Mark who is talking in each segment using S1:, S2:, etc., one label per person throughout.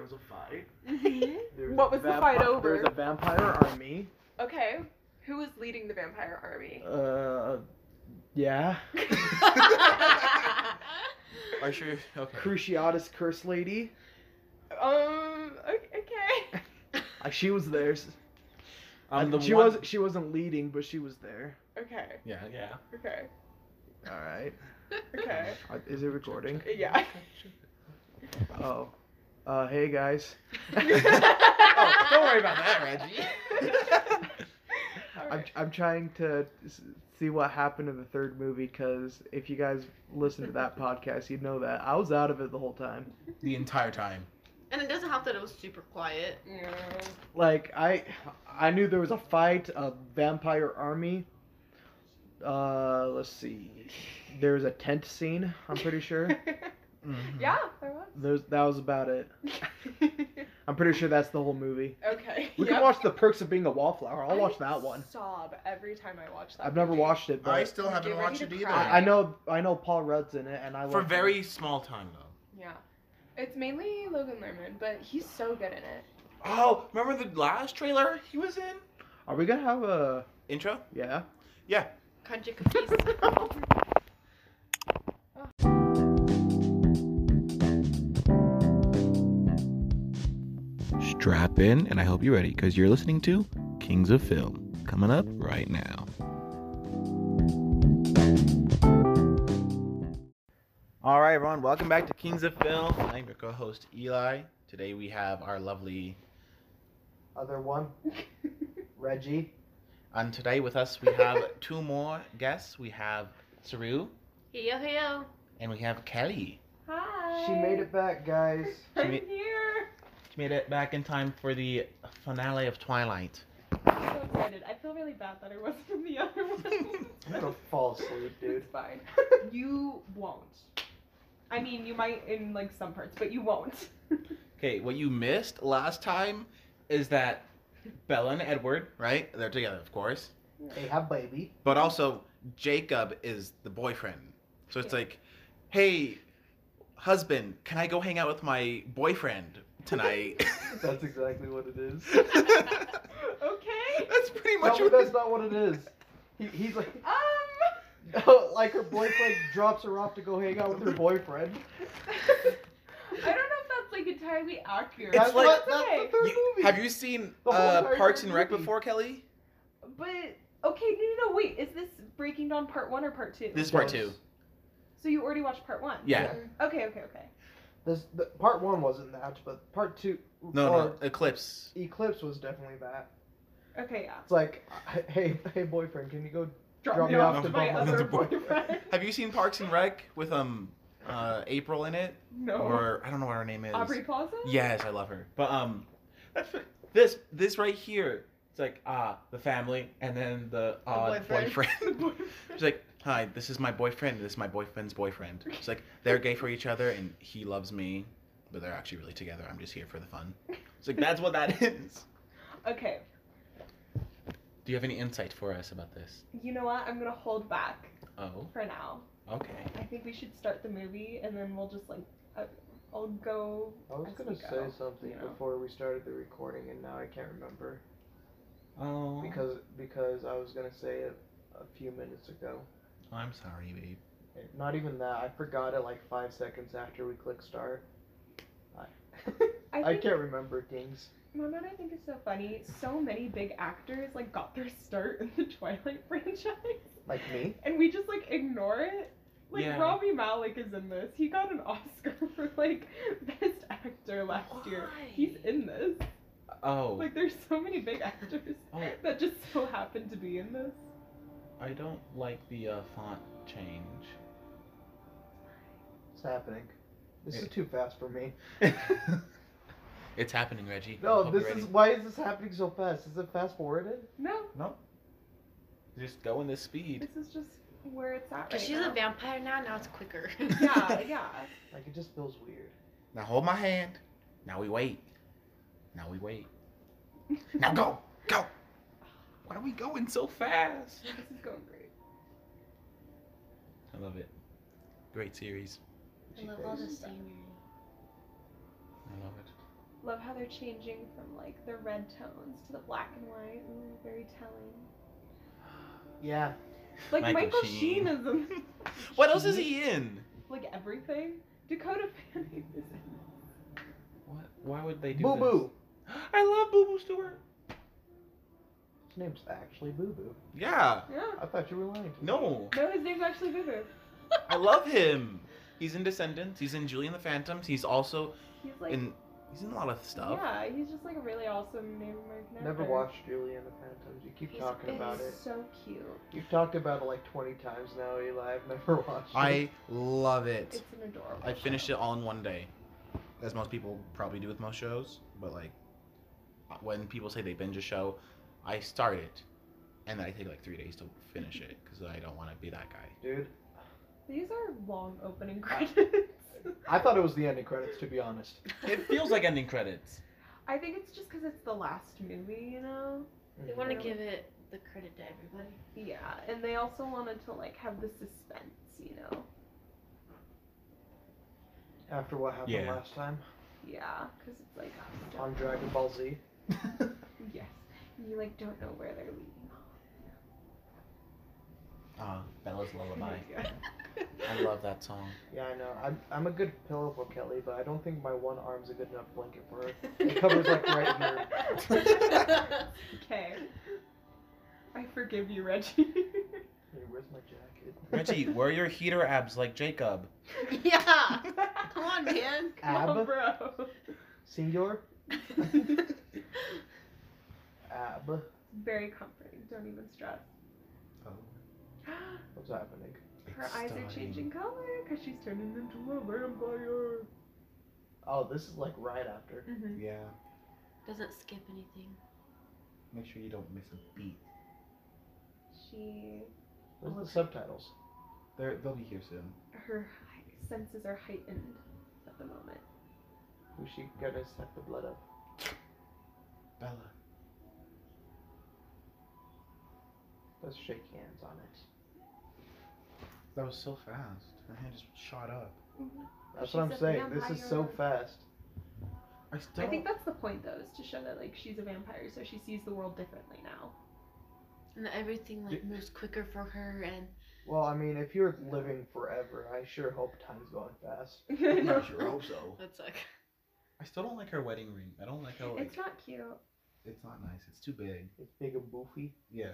S1: was a fight.
S2: Mm-hmm.
S3: There
S2: What was the fight
S3: vampi- There was
S2: over?
S3: a vampire army.
S2: Okay, who was leading the vampire army?
S3: Uh, yeah.
S4: Are you sure? Okay.
S3: Cruciatus Curse Lady.
S2: um. o- Okay.
S3: Uh, She was there.
S4: I'm the
S3: she
S4: one.
S3: was she wasn't leading, but she was there.
S2: Okay.
S4: Yeah, yeah.
S2: Okay.
S3: All right.
S2: Okay.
S3: Uh, Is it recording?
S2: Yeah.
S3: Oh. Uh, hey guys.
S4: Oh, don't worry about that, Reggie.
S3: I'm,
S2: Alright.
S3: I'm trying to s- see what happened in the third movie because if you guys listen to that podcast, you'd know that I was out of it the whole time.
S4: the entire time.
S5: And it doesn't help that it was super quiet.
S2: Yeah.
S3: Like I, I knew there was a fight, a vampire army. Uh, let's see. There was a tent scene. I'm pretty sure.
S4: Mm-hmm.
S2: yeah, there was.
S3: Those that was about it. I'm pretty sure that's the whole movie.
S2: okay.
S3: We
S2: yep.
S3: can watch The Perks of Being a Wallflower. I'll watch that one.
S2: Sob every time I watch that.
S3: I've never
S2: movie.
S3: watched it,
S4: I
S3: but
S4: still haven't
S2: Get ready
S4: watched
S2: to
S4: it either.
S2: cry.
S3: I, I know I know Paul Rudd's in it, and I
S4: For
S3: love him.
S4: very small time though.
S2: Yeah, it's mainly Logan Lerman, but he's so good in it.
S4: Oh, remember the last trailer he was in?
S3: Are we gonna have a
S4: Intro?
S3: yeah?
S5: Conjure cookies.
S6: Strap in, and I hope you're ready because you're listening to Kings of Film coming up right now.
S4: All right, everyone, welcome back to Kings of Film. I'm your co-host Eli. Today we have our lovely.
S3: Other one, Reggie.
S4: And today with us we have two more guests. We have Saru
S5: Heyo, heyo.
S4: and we have Kelly.
S2: Hi.
S3: She made it back, guys.
S2: I'm
S4: She ma-
S2: here.
S4: She made it back in time for the finale of Twilight.
S2: I'm so excited. I feel really bad that I wasn't in the other one.
S3: I'm gonna fall asleep, dude.
S2: It's fine. You won't. I mean, you might in like some parts, but you won't.
S4: Okay, what you missed last time is that Bella and Edward, right? They're together, of course.
S3: They have baby.
S4: But also, Jacob is the boyfriend. So it's like, hey, husband, can I go hang out with my boyfriend tonight?
S3: That's exactly what it is.
S4: that's
S2: okay.
S4: pretty
S3: No,
S4: much
S3: but
S4: what
S3: that's not what it is. He, he's like, oh,
S2: Um.
S3: like her boyfriend drops her off to go hang out with her boyfriend.
S2: I don't know if that's like entirely accurate.
S4: It's
S3: That's
S2: That's
S4: like-
S3: what,
S2: what,
S3: that's the third
S4: You-
S3: movie.
S4: have you seen
S3: The whole
S4: uh,
S3: entire
S4: Parks and Rec
S3: movie.
S4: before, Kelly?
S2: but okay, no, no, no, wait. Is this Breaking Down Part One or Part Two?
S4: This is part two.
S2: So you already watched Part One?
S4: Yeah.
S2: Okay, okay, okay.
S3: This the, part one wasn't that, but part two.
S4: No,
S3: or
S4: no, Eclipse.
S3: Eclipse was definitely that.
S2: Okay, yeah.
S3: It's like, hey, hey, boyfriend, can you go?
S2: Drop, me
S3: me
S2: off,
S3: off
S2: to
S3: to
S2: my
S3: Bubba's.
S2: other
S4: The boy-
S2: boyfriend.
S4: Have you seen Parks and Rec with um uh, April in it?
S2: no.
S4: Or I don't know what her name is.
S2: Aubrey Plaza?
S4: Yes, I love her. But um, that's it. this this right here. It's like ah, the family, and then the odd
S5: boyfriend.
S4: uh, boyfriend. She's like, hi, this is my boyfriend. This is my boyfriend's boyfriend. It's like they're gay for each other, and he loves me, but they're actually really together. I'm just here for the fun. It's like that's what that is.
S2: Okay.
S4: Do you have any insight for us about this?
S2: You know what? I'm gonna hold back
S4: Oh,
S2: for now.
S4: okay.
S2: I think we should start the movie and then we'll just like, I, I'll go.
S3: I was
S2: as
S3: gonna
S2: we
S3: say
S2: go.
S3: something
S2: you know.
S3: before we started the recording, and now I can't remember
S4: Oh,
S3: because because I was gonna say it a few minutes ago.
S4: I'm sorry, babe.
S3: Not even that. I forgot it like five seconds after we clicked start. I,
S2: I,
S3: I
S2: think,
S3: can't remember things.
S2: Mom and I think it's so funny. So many big actors like got their start in the Twilight franchise,
S3: Like me.
S2: and we just like ignore it. Like
S4: Yeah.
S2: Rami Malik is in this. He got an Oscar for like best actor last year. He's
S5: Why?
S2: in this.
S4: Oh,
S2: Like there's so many big actors
S4: Oh.
S2: that just so happen to be in this.
S4: I don't like the uh, font change.
S3: It's happening. This is too fast for me.
S4: it's happening, Reggie. I
S3: No,
S4: hope you're
S3: this
S4: ready.
S3: is why is this happening so fast? Is it fast forwarded?
S2: No,
S4: Just going this speed.
S2: this is just where it's at.
S5: Because
S2: right
S5: she's
S2: now.
S5: a vampire now, now it's quicker.
S2: Yeah, yeah.
S3: Like it just feels weird.
S4: Now hold my hand. Now we wait. Now we wait. Now go, go. Why are we going so fast?
S2: This is going great.
S4: I love it. Great series.
S5: I love all the scenery.
S4: I love it.
S2: Love how they're changing from like the red tones to the black and white. Ooh, very telling.
S3: Yeah.
S2: Like
S4: Michael
S2: Michael, Sheen.
S4: Sheen.
S2: is in
S4: What else is he in?
S2: like everything. Dakota Fanning is in.
S4: What? Why would they do
S3: Boo Boo.
S4: I love Boo Boo Stewart.
S3: His name's actually Boo Boo.
S4: Yeah.
S2: Yeah.
S3: I thought you were lying to me.
S4: No.
S2: No, his name's actually Boo Boo.
S4: I love him. He's in Descendants. He's in Julie and the Phantoms. He's also
S2: He's like
S4: in. He's in a lot of stuff.
S2: yeah, he's just like a really awesome Native American actor.
S3: Never watched Julie and the Phantoms. You keep
S5: He's
S3: talking
S5: been
S3: about
S2: He's
S3: it.
S2: so cute.
S3: You've talked about it like 20 times now, Eli. I've never watched it.
S4: I love it.
S2: It's an adorable.
S4: I finished
S2: show.
S4: it all in one day, as most people probably do with most shows. But like, when people say they binge a show, I start it, and then I take like three days to finish it because I don't want to be that guy.
S3: Dude,
S2: These are long opening credits.
S3: I thought it was the ending credits, to be honest.
S4: It feels like ending credits.
S2: I think it's just because it's the last movie, you know.
S5: They want to
S3: Mm-hmm.
S5: give it the credit to everybody.
S2: Yeah, and they also wanted to like have the suspense, you know.
S3: After what happened
S4: Yeah.
S3: last time
S2: Yeah, because it's like oh,
S3: on
S2: don't-
S3: Dragon Ball Z.
S2: yes, you like don't know where they're leading.
S4: Ah, Bella's Lullaby.
S2: Yeah.
S4: I love that song.
S3: Yeah, I know. I'm, I'm a good pillow for Kelly, but I don't think my one arm's a good enough blanket for her. It covers like right here.
S2: okay. I forgive you, Reggie.
S3: Hey, where's my jacket?
S4: Reggie, where are your heater abs like Jacob?
S5: yeah. Come on, man.
S2: Oh,
S3: Ab?
S2: bro.
S3: Singular? Ab?
S2: Very comforting. Don't even stress.
S4: Oh,
S3: What's happening?
S2: Her eyes are changing color because she's turning into a vampire.
S3: Oh, this is like right after.
S2: Mm-hmm.
S4: Yeah,
S5: Doesn't skip anything.
S4: make sure you don't miss a beat.
S2: She
S3: Where's the subtitles?
S4: They're, they'll be here soon.
S2: her hi- senses are heightened at the moment.
S3: Who's she gonna set the blood up?
S4: Bella.
S3: Let's shake hands on it.
S4: That was so fast. My hand just shot up.
S3: That's
S2: She
S3: what I'm
S2: said
S3: saying. This is so
S2: vampire.
S3: fast.
S4: I still.
S2: I think that's the point though, is to show that like she's a vampire, so she sees the world differently now.
S5: And everything like moves quicker for her, and
S3: Well, I mean, if you're living forever, I sure hope time's going fast.
S4: I sure hope so.
S5: that sucks.
S4: I still don't like her wedding ring. I don't like how like
S2: It's not cute.
S4: it's not nice. It's too big.
S3: It's big and boofy,
S4: Yeah.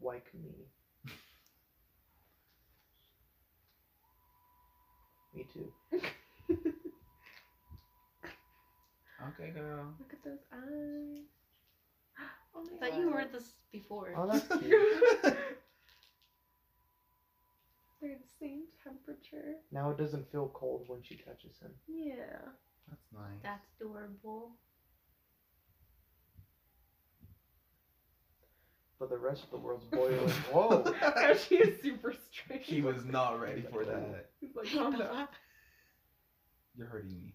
S3: like me. me too.
S4: Okay, girl.
S2: Look at those eyes. Oh my
S5: I thought you were
S2: God.
S5: this before.
S3: Oh, that's cute.
S2: They're the same temperature.
S3: now it doesn't feel cold when she touches him.
S2: Yeah.
S4: That's nice.
S5: That's adorable.
S3: But the rest of the world's boiling. Whoa!
S2: Yeah, she is super straight.
S4: He was not ready for that.
S2: He's like, "Oh, calm down.
S4: You're hurting me.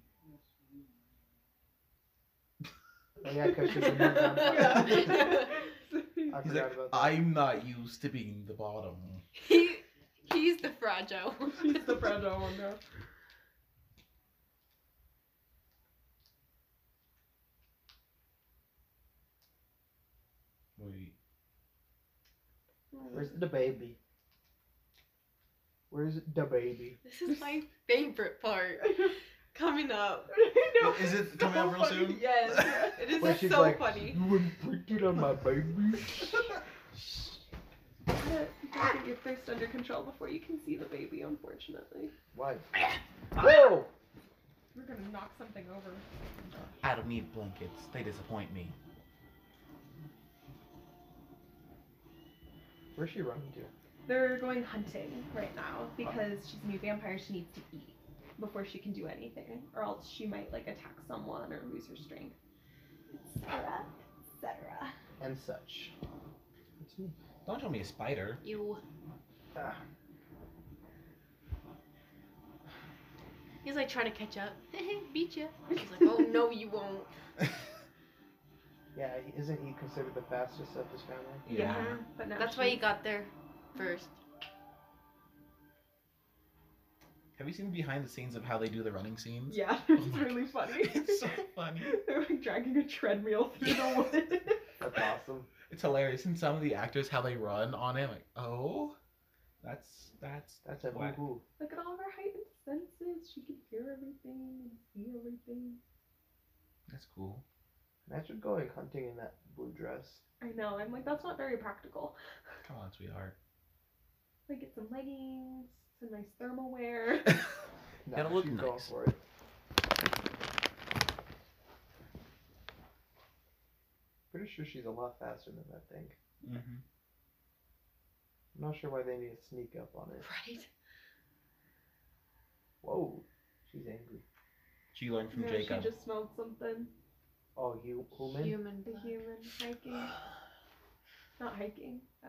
S3: Oh, yeah, because she's a new vampire. I
S4: He's
S3: forgot
S4: like,
S3: about that.
S4: I'm not used to being the bottom.
S5: he, he's the fragile one.
S2: She's the fragile one now.
S4: Wait.
S3: Where's the baby? Where's the baby?
S5: This is my favorite part. Coming up.
S4: Is it coming out real soon?
S5: Yes. It is
S3: Where she's
S5: so
S3: like,
S5: funny.
S3: You imprinted on my baby?
S2: You gotta you gotta get your thirst under control before you can see the baby, unfortunately.
S3: Why? Whoa!
S2: We're gonna knock something over.
S4: I don't need blankets. They disappoint me.
S3: Where's she running to?
S2: They're going hunting right now because she's a new vampire. She needs to eat before she can do anything, or else she might like attack someone or lose her strength, etc., etc.
S3: and such. It's me.
S4: Don't tell me a spider.
S5: You.
S3: Ah.
S5: He's like trying to catch up. Beat you. She's like, oh no, you won't.
S3: Yeah, he- isn't he considered the fastest of his family?
S4: Yeah.
S2: but now
S5: That's why you got there first.
S4: Have you seen behind the scenes of how they do the running scenes?
S2: Yeah,
S4: Oh
S2: it's
S4: my
S2: really funny.
S4: it's so funny.
S2: They're like dragging a treadmill through the wood.
S3: That's awesome.
S4: It's hilarious. And some of the actors how they run on it, like, oh, that's that's that's
S3: That's a
S4: whack.
S3: boo
S2: Look at all of her heightened senses. She can hear everything and see everything.
S4: That's cool.
S3: Imagine going hunting in that blue dress.
S2: I know. I'm like, that's not very practical.
S4: Come on, sweetheart.
S2: Like, get some leggings, some nice thermal wear.
S3: No,
S4: That'll look
S3: she's going
S4: nice.
S3: for it. Pretty sure she's a lot faster than that thing.
S4: Mm-hmm.
S3: I'm not sure why they need to sneak up on it.
S5: Right?
S3: Whoa, she's angry.
S4: She learned from
S2: No,
S4: Jacob.
S2: She just smelled something.
S3: Oh, you human?
S5: Human.
S2: The human hiking. Not hiking. Uh,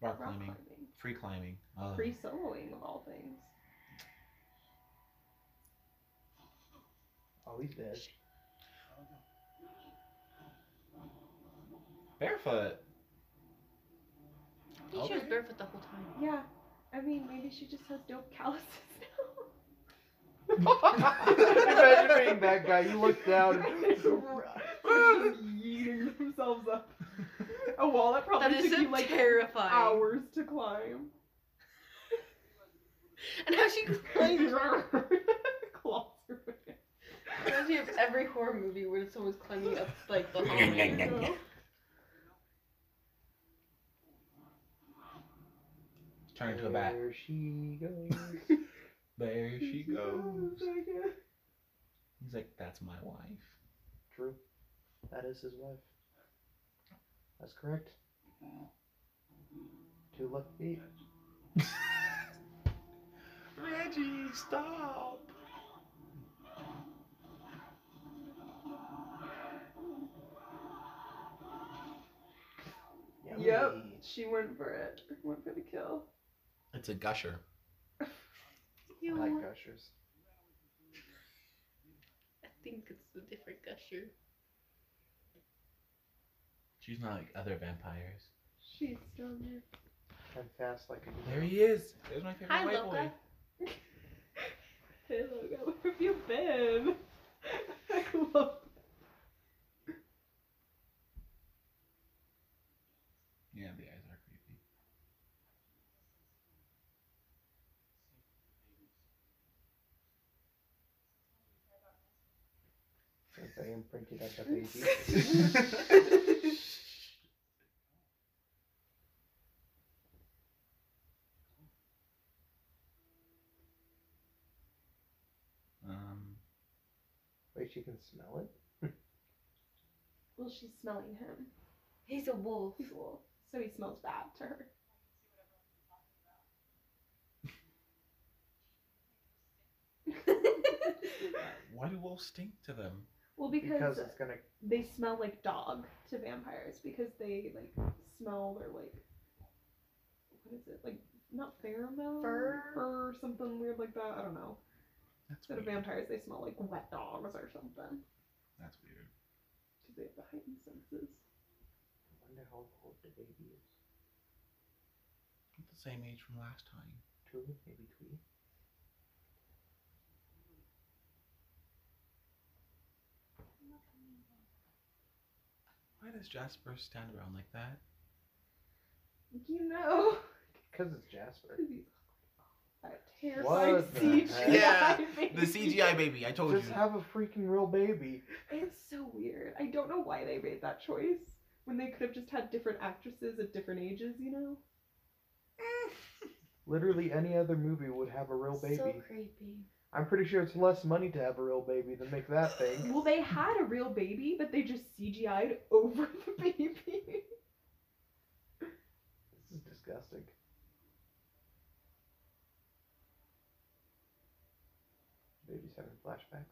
S4: Rock
S2: rock
S4: climbing,
S2: climbing.
S4: free climbing. Oh.
S2: Free soloing of all things.
S3: Oh, he's dead.
S4: Barefoot.
S5: I think she was
S4: Okay.
S5: barefoot the whole time.
S2: Yeah. I mean, maybe she just has dope calluses now.
S3: Imagine being that guy. You look down.
S2: Just yeeting themselves up a wall that probably
S5: That is
S2: took
S5: so
S2: you like
S5: terrifying.
S2: hours to climb.
S5: And how she climbs.
S2: Claws her way.
S5: Reminds me of every horror movie where someone's climbing up like the hallway.
S2: So,
S4: Turn into a bat.
S3: There she goes.
S4: There she goes.
S2: I guess.
S4: He's like, that's my wife.
S3: True. That is his wife. That's correct. Two left feet.
S4: Reggie, stop.
S2: Yep,
S3: Yummy.
S2: she went for it. Went for the kill.
S4: It's a gusher.
S3: I
S5: You know
S3: like
S5: what?
S3: gushers.
S5: I think it's a different gusher.
S4: She's not like other vampires.
S2: She's still there.
S3: I'm fast like a
S4: There he is. There's my favorite
S5: Hi,
S4: white boy.
S5: Luca.
S2: Hey, Logan, where have you been? I love
S4: Yeah, the eyes are creepy.
S3: Since I imprinted on the baby.
S4: Um,
S3: Wait, she can smell it?
S2: Well, she's smelling him.
S5: He's a wolf.
S2: He's a wolf, so he smells bad to her.
S4: why do wolves stink to them?
S2: well,
S3: Because
S2: because,
S3: it's gonna.
S2: they smell like dog to vampires because they like smell their like what is it like not pheromone
S5: Fur?
S2: fur something weird like that. I don't know.
S4: That's
S2: Instead of
S4: weird.
S2: vampires, they smell like wet dogs or something
S4: That's weird.
S2: because they have the heightened senses.
S3: I wonder how old the baby is.
S4: It's the same age from last time.
S3: Two, maybe three.
S4: Why does Jasper stand around like that?
S2: You know,
S3: Because it's Jasper.
S2: that terrifying
S3: What the
S2: CGI.
S4: heck?
S2: baby.
S4: The CGI baby. I told
S3: Just
S4: you.
S3: have a freaking real baby.
S2: It's so weird. I don't know why they made that choice when they could have just had different actresses at different ages, you know?
S3: Literally any other movie would have a real baby.
S5: So creepy.
S3: I'm pretty sure it's less money to have a real baby than make that thing.
S2: Well, they had a real baby, but they just CGI'd over the baby.
S3: This is disgusting. Baby's having flashbacks.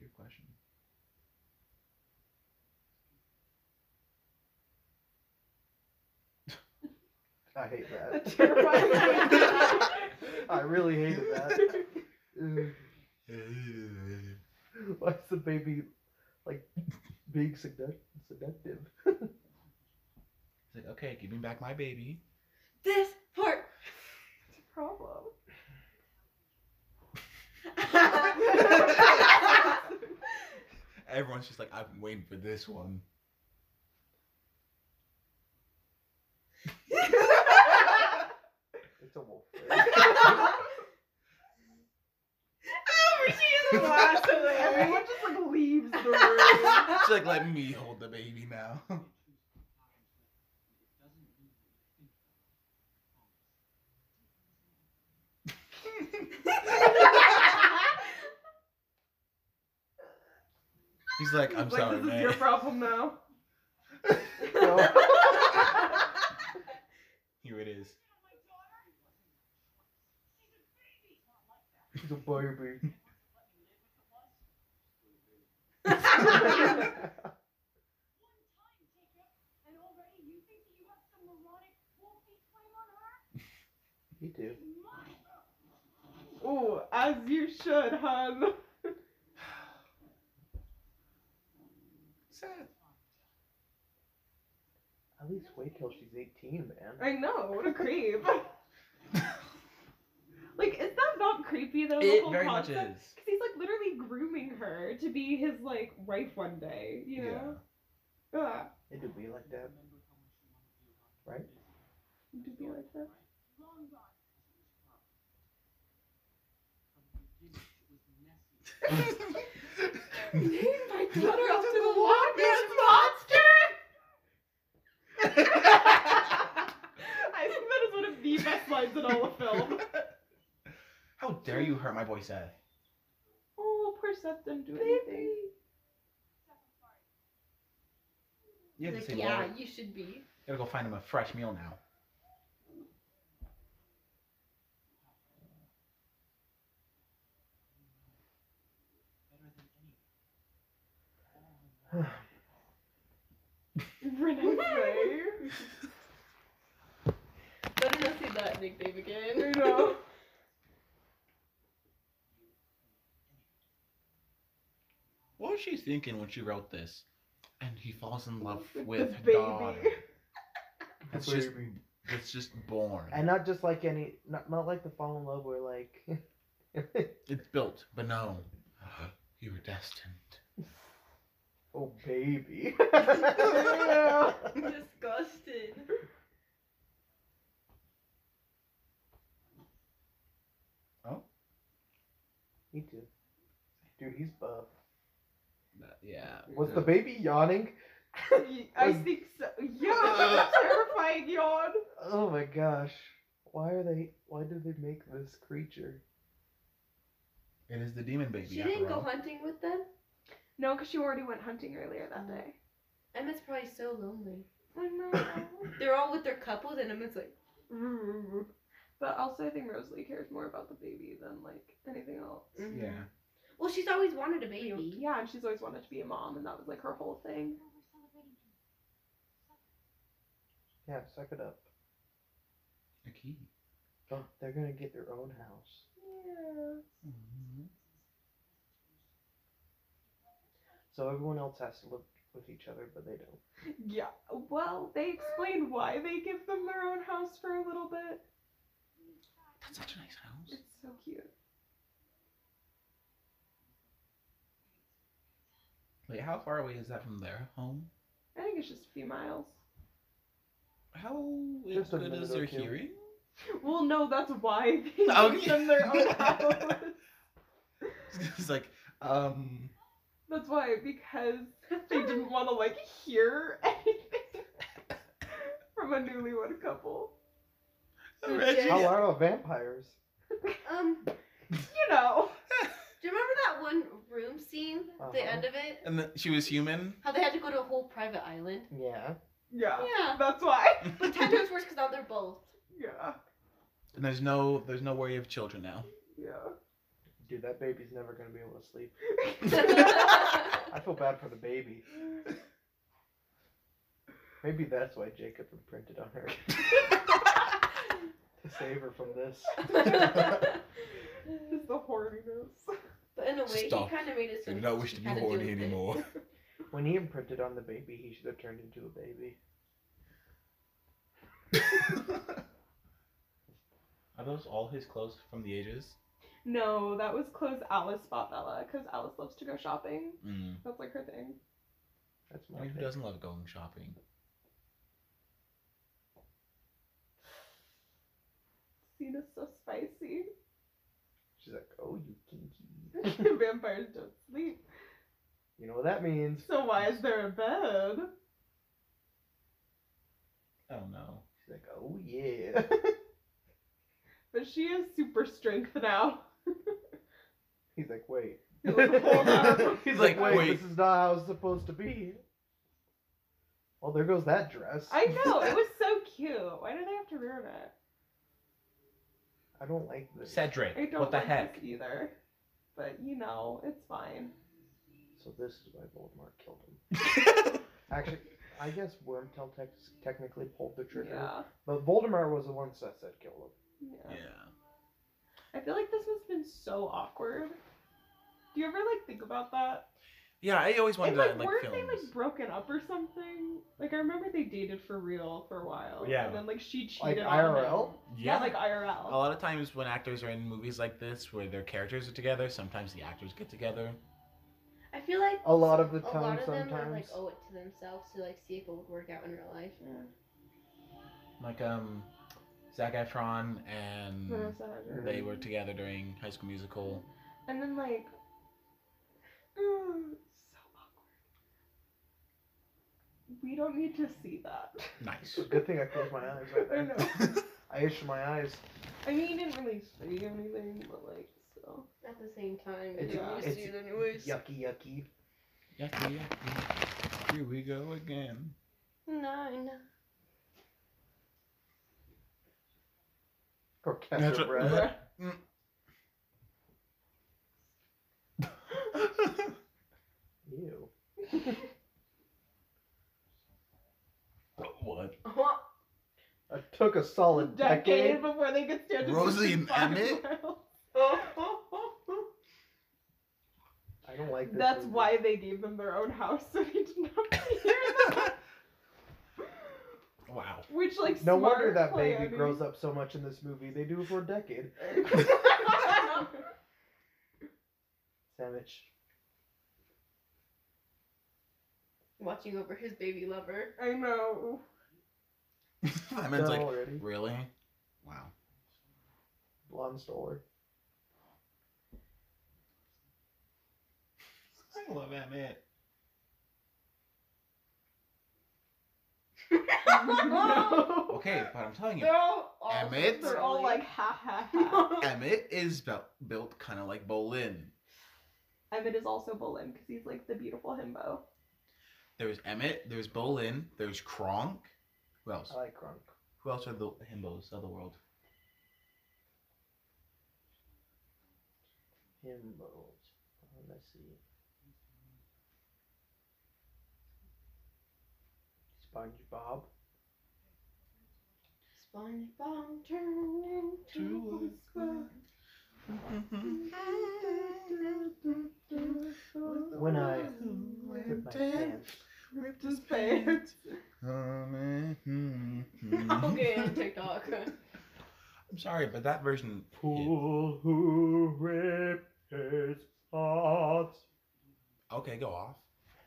S4: Good question.
S3: I hate
S2: The
S3: that.
S2: terrifying.
S3: I really hated that. Ugh. Why is the baby like being seduct- seductive?
S4: It's like, okay, give me back my baby.
S5: This part.
S2: It's a problem.
S4: Everyone's just like, I've been waiting for this one.
S3: It's a wolf.
S2: she is lost in there.
S3: Everyone just like leaves the room.
S4: She's like, let me hold the baby now. He's like, I'm
S2: Like,
S4: sorry,
S2: this is
S4: man.
S2: your problem now.
S4: Here it is.
S3: She's a Barbie. you do.
S2: Ooh, as you should, hun.
S4: Sad.
S3: At least wait till she's 18, man.
S2: I know, what a creep. like, is that not creepy though? the whole concept?
S4: is.
S2: 'Cause he's like literally grooming her to be his like wife one day, you know? Ugh.
S3: It do be like that. Right?
S2: To be like that. Name my daughter after the Loch Monster! I think that is one of the best lines in all of film.
S4: How dare you hurt my boy Seth?
S2: Oh, poor Seth didn't do anything.
S4: You have to
S5: Like,
S4: say,
S5: yeah,
S4: well,
S5: you should be.
S4: gotta go find him a fresh meal now.
S2: Renee Zellweger.
S5: Better not say that nickname
S2: You
S5: again.
S2: know.
S4: What was she thinking when she wrote this? And he falls in love
S2: With
S4: with
S2: the
S4: her
S2: baby.
S4: daughter. That's just that's just born.
S3: And not just like any, not, not like the fall in love where like,
S4: It's built, but no. You were destined.
S3: oh baby.
S5: Disgusted.
S3: Me too. Dude, he's buff.
S4: yeah.
S3: Was the baby yawning?
S2: I think so. Yeah, that's a terrifying yawn.
S3: Oh my gosh. Why are they, why do they make this creature?
S4: It is the demon baby.
S5: She didn't
S4: after
S5: go
S4: all.
S5: hunting with them.
S2: No, because she already went hunting earlier that day.
S5: Emmett's probably so lonely.
S2: I know.
S5: They're all with their couples, and Emmett's like,
S2: but also, I think Rosalie cares more about the baby than like anything else.
S5: mhm.
S4: Yeah.
S5: Well, she's always wanted a baby.
S2: Yeah, and she's always wanted to be a mom, and that was like her whole thing.
S3: Yeah, suck it up.
S4: A key.
S3: Oh, they're gonna get their own house.
S2: Yeah.
S3: So everyone else has to live with each other, but they don't.
S2: Yeah. Well, they explain why they give them their own house for a little bit.
S4: That's such a nice house.
S2: It's so cute.
S4: Wait, how far away is that from their home?
S2: I think it's just a few miles.
S4: How
S3: Just a
S4: good
S3: minute
S4: is
S3: or
S4: their
S3: two.
S4: hearing?
S2: Well, no, that's why they
S4: Okay.
S2: give them their own house.
S4: it's like, um,
S2: That's why, because they didn't want to like hear anything from a newlywed couple.
S5: So
S4: Reggie.
S5: Jen-
S3: How are the vampires?
S5: Um,
S2: You know.
S5: do you remember that one room scene? The
S3: Uh-huh.
S5: end of it?
S4: And the, she was human.
S5: How they had to go to a whole private island?
S3: Yeah.
S2: Yeah.
S5: Yeah.
S2: That's why.
S5: But ten times worse because now they're both.
S2: Yeah.
S4: And there's no there's no worry of children now.
S2: Yeah.
S3: Dude, that baby's never gonna be able to sleep.
S5: That's
S3: I feel bad for the baby. Maybe that's why Jacob imprinted on her. Save her from this.
S2: Just the horniness.
S5: But in a way,
S4: Stop.
S5: he kind of made it so
S4: I do not wish
S5: she
S4: to be
S5: had
S4: horny
S5: deal with it.
S4: anymore.
S3: When he imprinted on the baby, he should have turned into a baby.
S4: Are those all his clothes from the ages?
S2: No, that was clothes Alice bought Bella because Alice loves to go shopping.
S4: Mm.
S2: That's like her thing.
S3: That's
S4: I
S3: my
S4: mean, who
S3: thing.
S4: doesn't love going shopping?
S2: Scene is so spicy.
S3: She's like, oh, you kinky.
S2: Vampires don't sleep.
S3: You know what that means?
S2: So why is there a bed?
S4: Oh no.
S3: She's like, oh yeah.
S2: But she has super strength now.
S3: He's like, wait.
S2: Hold on.
S3: He's
S4: like,
S3: like, wait,
S4: wait.
S3: This is not how it's supposed to be. Well, there goes that dress.
S2: I know, it was so cute. Why did I have to ruin it?
S3: I don't like this.
S4: Cedric,
S2: I don't
S4: what the
S2: like
S4: heck?
S2: this either. But you know, it's fine.
S3: So this is why Voldemort killed him. Actually, I guess Wormtail tec- technically pulled the trigger,
S2: Yeah.
S3: but Voldemort was the one that said kill him.
S2: yeah. I feel like this has been so awkward. Do you ever like think about that?
S4: Yeah, I always
S2: And
S4: wondered
S2: like,
S4: that in like
S2: weren't
S4: films.
S2: they like broken up or something? Like I remember they dated for real for a while.
S4: Yeah. Oh.
S2: And then like she cheated
S3: Like
S2: on him.
S3: IRL.
S2: Yeah. like IRL.
S4: a lot of times when actors are in movies like this where their characters are together, sometimes the actors get together.
S5: I feel like
S3: A lot of the
S5: a lot
S3: time,
S5: of them are, like
S3: sometimes.
S5: owe it to themselves to like see if it would work out in real life.
S4: Like um Zac Efron and
S2: Vanessa Hudgens.
S4: they were together during High School Musical.
S2: And then like, mm, so awkward. We don't need to see that.
S4: Nice.
S3: Good thing I closed my eyes right
S2: I
S3: there.
S2: know.
S3: I itched my eyes.
S2: I mean, he didn't really say anything, but like, so.
S5: At the same time,
S3: It's-
S5: you don't
S3: it's-
S5: see it anyways.
S3: Yucky, yucky.
S4: yucky, yucky. Here we go again.
S5: Nine.
S3: Or catch
S4: That's
S3: your
S4: what-
S3: breath. Ew.
S4: what?
S3: It took a solid decade.
S2: decade before they could stand. up
S4: Rosie
S2: to
S4: and
S2: five
S4: Emmett?
S2: miles.
S3: I don't like this.
S2: That's
S3: movie.
S2: why they gave them their own house, so he did not hear that.
S4: Wow.
S2: Which, like,
S3: No
S2: smart
S3: wonder that baby
S2: planning.
S3: grows up so much in this movie. They do it for a decade. Sandwich.
S5: Watching over his baby lover.
S2: I know.
S4: I
S3: Done
S4: mean, like,
S3: already.
S4: really? Wow.
S3: Blonde stole
S4: I love Emmett.
S2: no.
S4: Okay, but I'm telling you,
S5: They're all, all
S4: Emmett?
S2: They're all like, ha ha ha.
S4: Emmett is built, built kind of like Bolin.
S2: Emmett is also Bolin because he's like the beautiful himbo.
S4: There's Emmett, there's Bolin, there's Kronk. Who else?
S3: I like Kronk.
S4: Who else are the himbos of the world?
S3: Himbos. Uh, Let's see. SpongeBob.
S5: SpongeBob turned into a sponge.
S3: When I put my pants.
S4: ripped
S2: his pants.
S4: I'm
S5: Okay, on TikTok.
S4: sorry, but that version.
S3: Fool who ripped his heart.
S4: Okay, go off.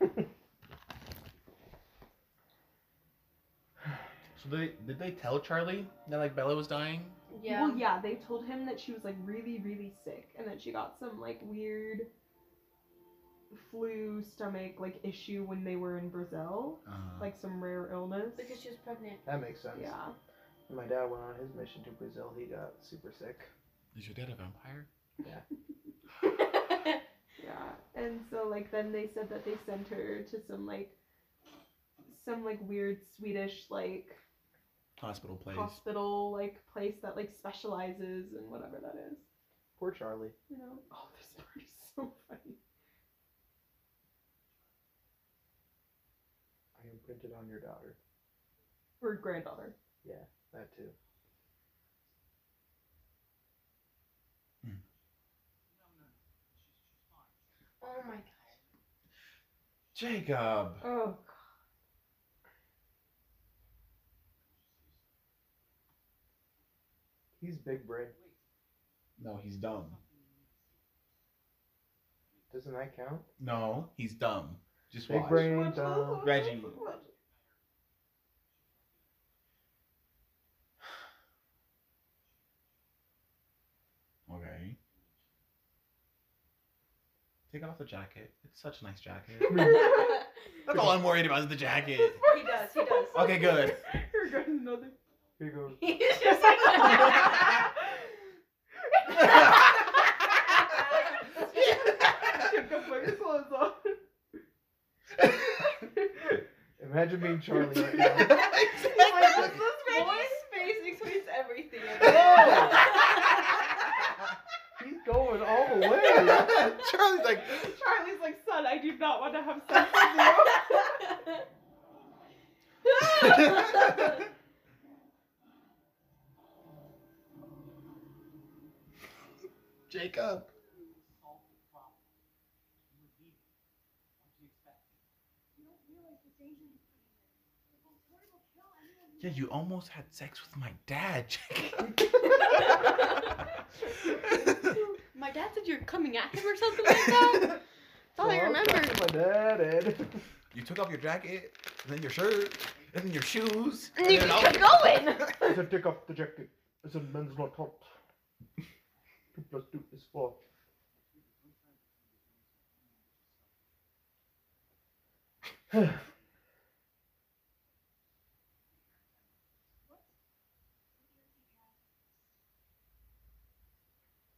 S4: so they did they tell Charlie that like Bella was dying?
S5: Yeah.
S2: Well, yeah, they told him that she was like really, really sick and that she got some like weird flu stomach like issue when they were in Brazil,
S4: Uh,
S2: like some rare illness.
S5: Because she was pregnant.
S3: That makes sense.
S2: yeah.
S3: When my dad went on his mission to Brazil, he got super sick.
S4: is your dad a vampire?
S2: Yeah, and so like then they said that they sent her to some like some like weird Swedish like
S4: Hospital place.
S2: hospital like place that like specializes in whatever that is.
S3: Poor Charlie.
S2: You know? Oh, this part is so funny.
S3: I imprinted on your daughter.
S2: Or granddaughter.
S3: That too.
S5: Oh
S4: Jacob.
S2: Oh,
S3: He's big brain.
S4: No, he's dumb.
S3: Doesn't that count?
S4: No, he's dumb. Just
S3: Big
S4: watch.
S3: brain.
S2: God.
S3: And, uh,
S4: Reggie. Okay. Take off the jacket. It's such a nice jacket. That's all I'm worried about is the jacket.
S5: He does, he does.
S4: Okay, good.
S2: Here goes another.
S3: Here goes.
S5: He's just like.
S2: Should go put your clothes on.
S3: Imagine being Charlie right now.
S2: Like,
S4: Exactly.
S2: this
S5: Boy's
S2: face-
S5: face explains everything.
S3: He's going all the way.
S4: Charlie's like,
S2: Charlie's like, son, I do not want to have sex with you.
S4: Jacob. Yeah, you almost had sex with my dad, Jacob.
S5: My dad said you're coming at him or something like that. That's all I
S3: Well, I'm
S5: remember.
S3: talking to My dad, Ed.
S4: you took off your jacket, and then your shirt, and then your shoes.
S5: And you
S4: then
S5: just
S4: all-
S5: kept going.
S3: I said, take off the jacket. I said, men's not hot. Two plus two is four.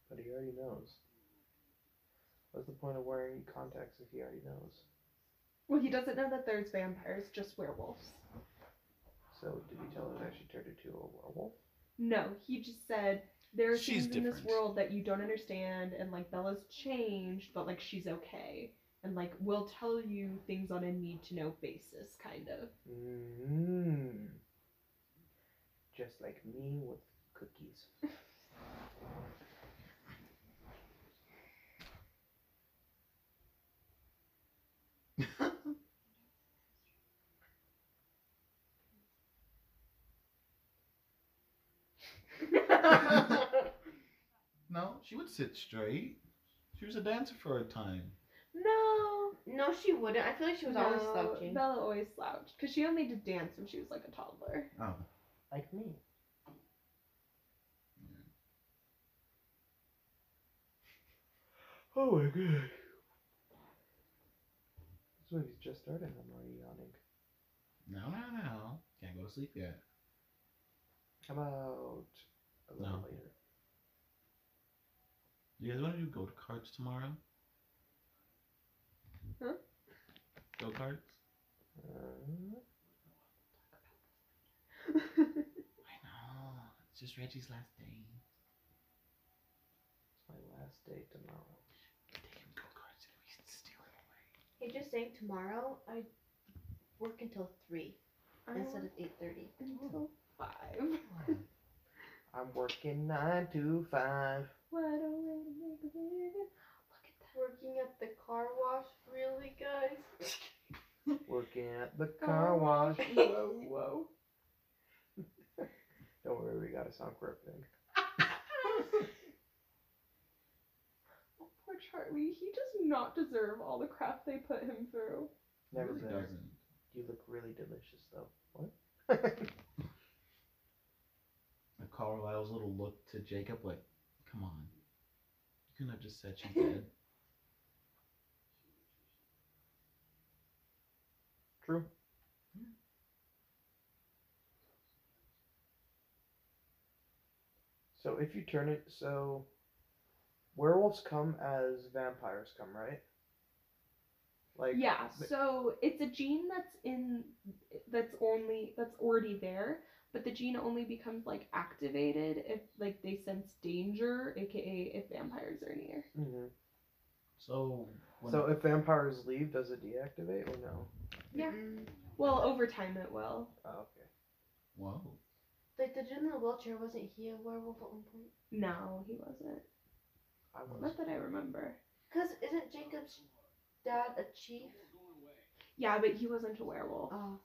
S3: But he already knows. What's the point of wearing contacts if he already knows?
S2: Well, he doesn't know that there's vampires, just werewolves.
S3: So did he tell her that she turned into a werewolf?
S2: No, he just said there are
S4: She's
S2: things in this
S4: different.
S2: world that you don't understand, and like Bella's changed, but like she's okay, and like we'll tell you things on a need to know basis, kind of.
S3: Mmm. Just like me with cookies.
S4: no, she would sit straight. She was a dancer for a time.
S2: No,
S5: No, she wouldn't. I feel like she was always
S2: no,
S5: slouching.
S2: Bella always slouched because she only did dance when she was like a toddler.
S4: Oh.
S3: Like me. Oh my god. This movie's just started. I'm already yawning.
S4: No, no, no. Can't go to sleep yet.
S3: How about a little
S4: No.
S3: later?
S4: You guys want to do go karts tomorrow?
S2: Huh?
S4: Go karts?
S3: Uh,
S4: I know. It's just Reggie's last day.
S3: it's my last day tomorrow.
S4: Take him go karts and we can steal him away.
S5: He just saying tomorrow I work until three
S2: I
S5: instead
S2: work
S5: of eight thirty.
S2: until five.
S3: I'm working nine to five.
S2: What a way to make a living. Look at that.
S5: Working at the car wash, really, guys?
S3: Working at the car wash.
S2: Whoa, whoa.
S3: Don't worry, we got a song for everything.
S2: Oh, poor Charlie. He does not deserve all the crap they put him through.
S3: Never
S4: Really
S3: does.
S4: doesn't.
S3: You look really delicious though. What?
S4: The Carlisle's little look to Jacob, like, come on. You couldn't have just said she's dead.
S3: True. So if you turn it, so werewolves come as vampires come, right? Like
S2: yeah,
S3: but-
S2: so it's a gene that's in that's only that's already there, but the gene only becomes like activated if like they sense danger, aka if vampires are near.
S3: Mhm.
S4: So, when
S3: So if vampires leave, does it deactivate or no?
S2: Yeah. Well, over time it will.
S3: Oh, okay.
S4: Whoa.
S5: Like the dude in the wheelchair wasn't he a werewolf at one point?
S2: No, he wasn't.
S3: I was.
S2: Not that I remember.
S5: Cause isn't Jacob's dad a chief?
S2: Yeah, but he wasn't a werewolf.
S5: Oh,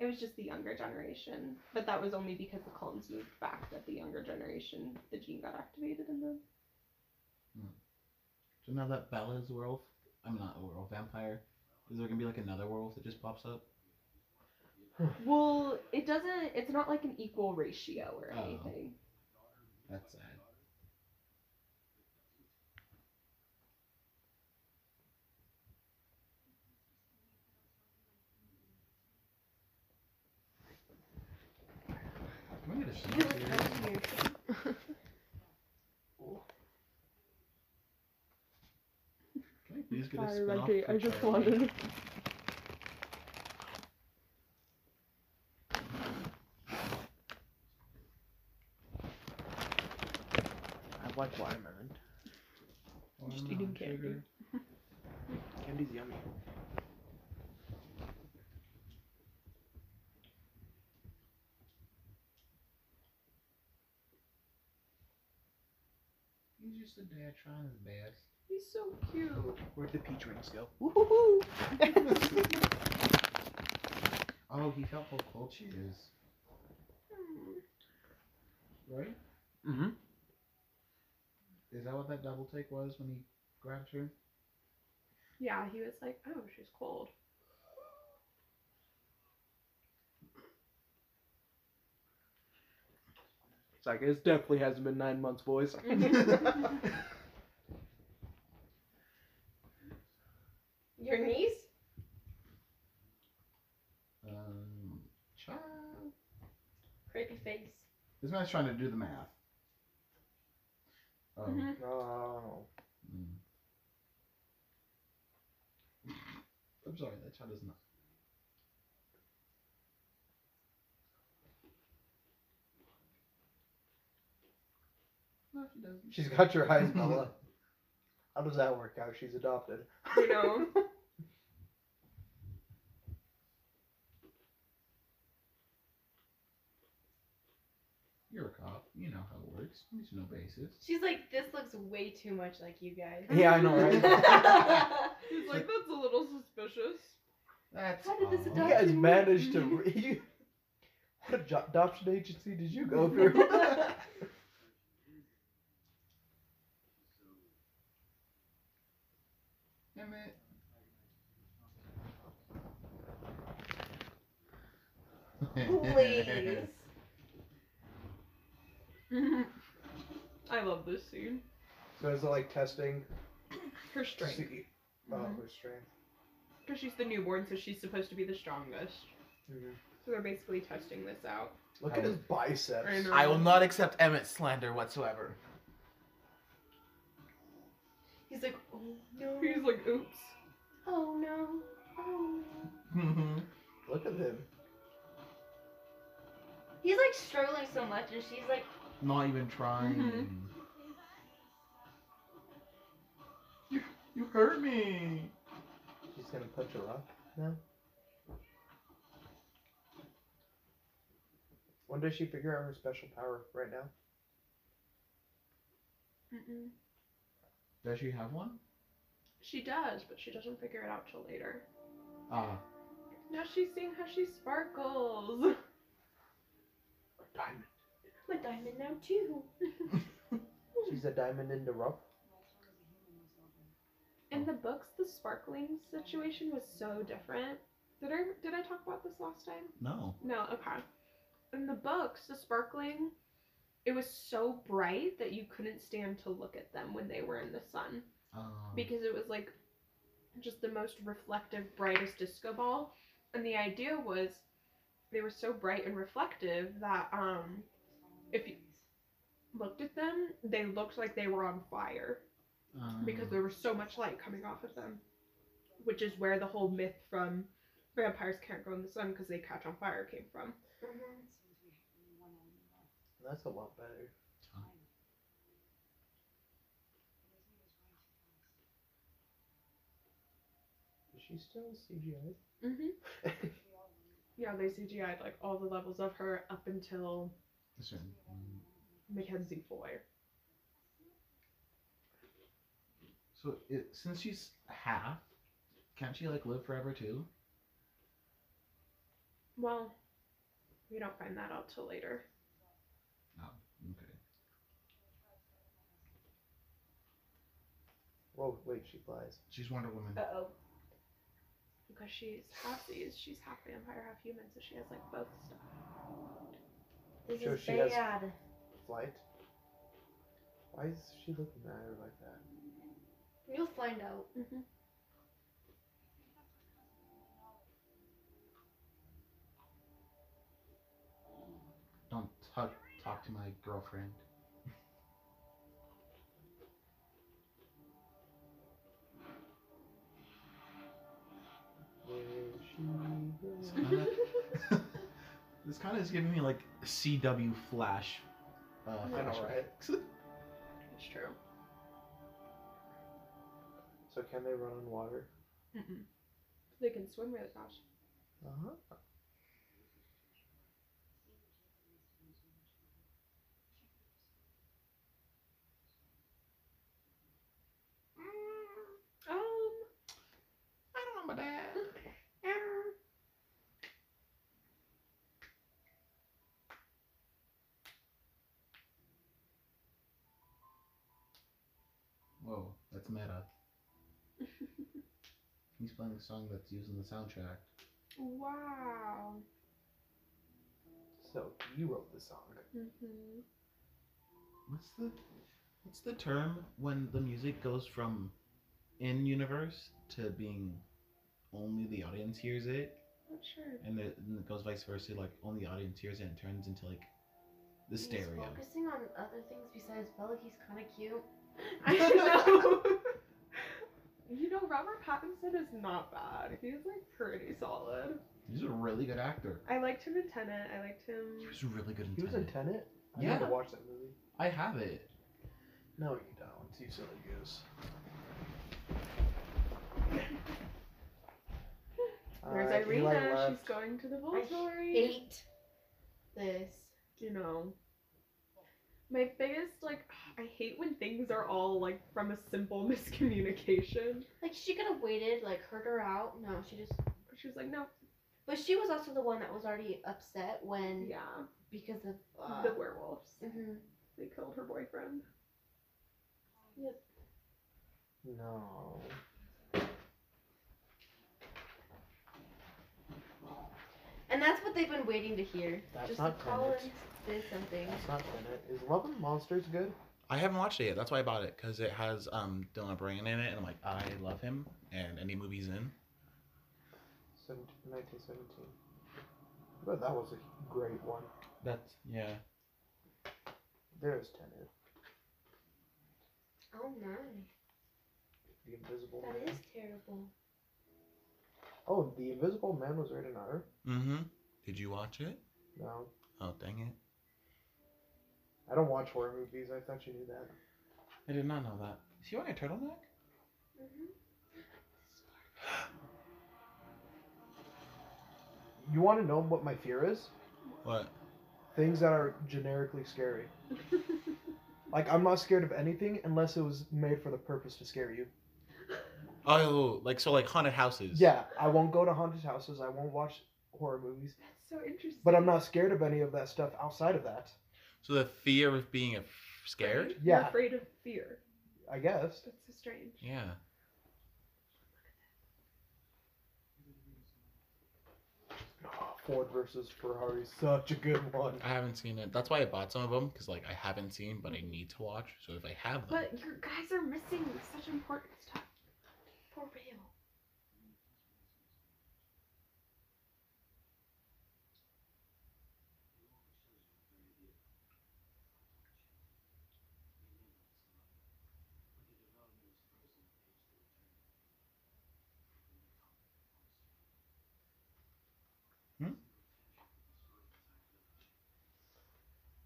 S2: It was just the younger generation. But that was only because the Cullens moved back that the younger generation, the gene got activated in them.
S4: So now that Bella is a werewolf, I'm not a werewolf vampire. Is there gonna be like another werewolf that just pops up?
S2: Well, it doesn't, it's not like an equal ratio or
S4: Oh.
S2: anything.
S4: That's sad. Can we get a
S5: you
S4: snack
S5: look
S4: here?
S5: out here.
S4: Can I please get a
S3: Sorry,
S4: spin-off
S3: Reggie,
S4: for
S3: I just
S4: Charlie?
S3: wanted. I like watermelon. Just
S4: Watermelon
S3: eating candy.
S4: sugar.
S3: Candy's yummy.
S4: He's just a dad trying his best.
S2: He's so cute.
S3: Where'd the peach rings go?
S2: Woohoo!
S4: Oh, he felt how cold she is,
S2: Hmm.
S4: right?
S3: Mm-hmm.
S4: Is that what that double take was when he grabs her?
S2: yeah, he was like, oh, she's cold.
S3: It's like it definitely hasn't been nine months, boys.
S5: Your niece?
S4: Um, child.
S5: Pretty face.
S4: This man's trying to do the math. Oh.
S5: Mhm.
S3: Oh.
S4: Mm. I'm sorry, that child is not. No, she doesn't.
S3: She's got your eyes, Bella. How does that work out? She's adopted.
S2: You know?
S4: You're a cop. You know how it works. There's no basis.
S5: She's like, this looks way too much like you guys.
S3: Yeah, I know,
S2: right? He's like, that's a little suspicious.
S4: That's
S5: How did this
S4: all.
S3: You
S5: adoption-
S3: guys managed to. Re- you- what ad- adoption agency did you go through?
S4: Damn it.
S5: Please.
S2: I love this scene.
S3: so is it like testing?
S2: Her
S3: to
S2: strength. Mm-hmm.
S3: see- Oh, her strength.
S2: Because she's the newborn, so she's supposed to be the strongest.
S3: Mhm.
S2: So they're basically testing this out.
S3: Look at his biceps.
S2: I know.
S4: I will not accept Emmett's slander whatsoever.
S5: He's like, oh no.
S2: He's like, oops.
S5: oh no. Oh no.
S3: Look at him.
S5: He's like struggling so much, and she's like,
S4: Not even trying.
S3: Mm-hmm.
S4: You, you hurt me.
S3: He's gonna punch a rock. No. When does she figure out her special power? Right now.
S2: Mm-mm.
S4: Does she have one?
S2: She does, but she doesn't figure it out till later.
S4: Ah.
S2: Now she's seeing how she sparkles.
S3: A diamond.
S5: I'm a diamond now too.
S3: She's a diamond in the rough.
S2: In the books, the sparkling situation was so different. Did I did I talk about this last time?
S4: no.
S2: No, okay. In the books, the sparkling, it was so bright that you couldn't stand to look at them when they were in the sun
S4: Um,
S2: because it was like just the most reflective, brightest disco ball. And the idea was they were so bright and reflective that um, if you looked at them, they looked like they were on fire
S4: um,
S2: because there was so much light coming off of them, which is where the whole myth from vampires can't go in the sun because they catch on fire came from.
S3: That's a lot better. Is she still CGI?
S2: Mm-hmm. Yeah, they CGI'd like all the levels of her up until
S4: Listen,
S2: Mackenzie Foy.
S4: So it, since she's half, can't she like live forever too?
S2: Well, we don't find that out till later.
S4: Oh, Okay.
S3: Whoa, wait, she flies.
S4: She's Wonder Woman.
S2: Uh oh. Because she's half these, she's half vampire, half human, so she has like both stuff.
S5: This
S3: So
S5: is
S3: she has-
S5: bad.
S3: Flight? Why is she looking at her like that?
S5: You'll find out.
S2: Mm-hmm.
S4: Don't talk talk to my girlfriend.
S3: Where
S4: It's
S3: she
S4: kinda, this kind of is giving me like CW Flash. Uh,
S3: I know, right?
S4: flashbacks.
S2: It's true.
S3: So can they run on water?
S2: Mm-mm. They can swim really fast.
S3: Uh-huh.
S2: Um,
S4: I don't know about that. Whoa, that's meta. He's playing a song that's used in the soundtrack.
S2: wow.
S3: So you wrote the song.
S2: Mm-hmm.
S4: What's the what's the term when the music goes from in universe to being only the audience hears it,
S2: Not sure.
S4: and, the, and it goes vice versa, like only the audience hears it and it turns into like the stereo.
S5: He's focusing on other things besides Bella. He's kind of cute.
S2: I know. you know, Robert Pattinson is not bad. He's like pretty solid.
S4: He's a really good actor.
S2: I liked him in Tenet. I liked him.
S4: He was really good in.
S3: He was in
S4: Tenet.
S3: Tenet? I
S4: Yeah.
S3: need to watch that movie.
S4: I have it.
S3: No, you don't. You silly goose.
S2: There's
S3: Alright, Uh, Eli
S2: Irina. She's
S3: left.
S2: going to the
S5: I
S2: Volturi.
S5: hate this.
S2: You know. My biggest like I hate when things are all like from a simple miscommunication.
S5: Like she could have waited, like heard her out. No, she just.
S2: She was like, no,
S5: But she was also the one that was already upset when
S2: yeah,
S5: because of uh,
S2: the werewolves.
S5: mhm.
S2: They killed her boyfriend.
S3: No.
S5: And that's what they've been waiting to hear.
S3: That's
S5: just
S3: not
S5: to call
S3: Tenet.
S5: and say something.
S3: That's not Tenet. Is Love and Monsters good?
S4: I haven't watched it yet. That's why I bought it because it has um Dylan O'Brien in it, and I'm like, I love him. And any movie he's in,
S3: Seven- 1917. I bet that was a great one.
S4: that's yeah.
S3: There's Tenet.
S5: Oh my,
S3: The Invisible
S5: that
S3: Man.
S5: is terrible.
S3: Oh, The Invisible Man was rated R?
S4: Mm-hmm. Did you watch it?
S3: No.
S4: Oh dang it!
S3: I don't watch horror movies. I thought you knew that.
S4: I did not know that. Is he wearing a turtleneck?
S5: hmm
S3: You want to know what my fear is?
S4: What?
S3: Things that are generically scary. Like, I'm not scared of anything unless it was made for the purpose to scare you.
S4: Oh, like so, like haunted houses.
S3: Yeah, I won't go to haunted houses. I won't watch horror movies.
S2: That's so interesting.
S3: But I'm not scared of any of that stuff outside of that.
S4: So the fear of being a- scared.
S2: You're
S3: Yeah.
S2: afraid of fear.
S3: I guess.
S2: That's so strange.
S4: Yeah.
S3: Ford versus Ferrari, such a good one.
S4: I haven't seen it. That's why I bought some of them because like I haven't seen, but I need to watch. So if I have them,
S2: But you guys are missing such important stuff.
S5: For real.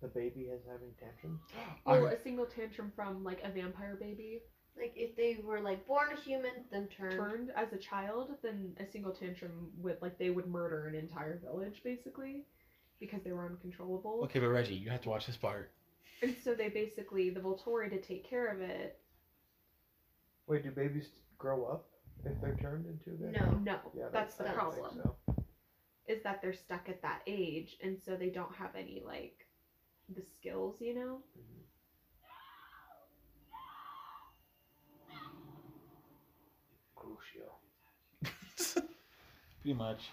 S3: The baby is having tantrums.
S4: I-
S2: Well, Oh, a single tantrum from like a vampire baby
S5: Like if they were like born a human, then turned.
S2: turned as a child, then a single tantrum would like they would murder an entire village basically because they were uncontrollable.
S4: okay, but Reggie, you have to watch this part.
S2: And so they basically the Volturi to take care of it.
S3: Wait, do babies grow up if they're turned into a baby?
S5: No.
S2: No,
S3: Yeah,
S2: that's the
S3: I don't think
S2: problem.
S3: so.
S2: is that they're stuck at that age and so they don't have any like the skills, you know?
S3: Crucio.
S4: Pretty much.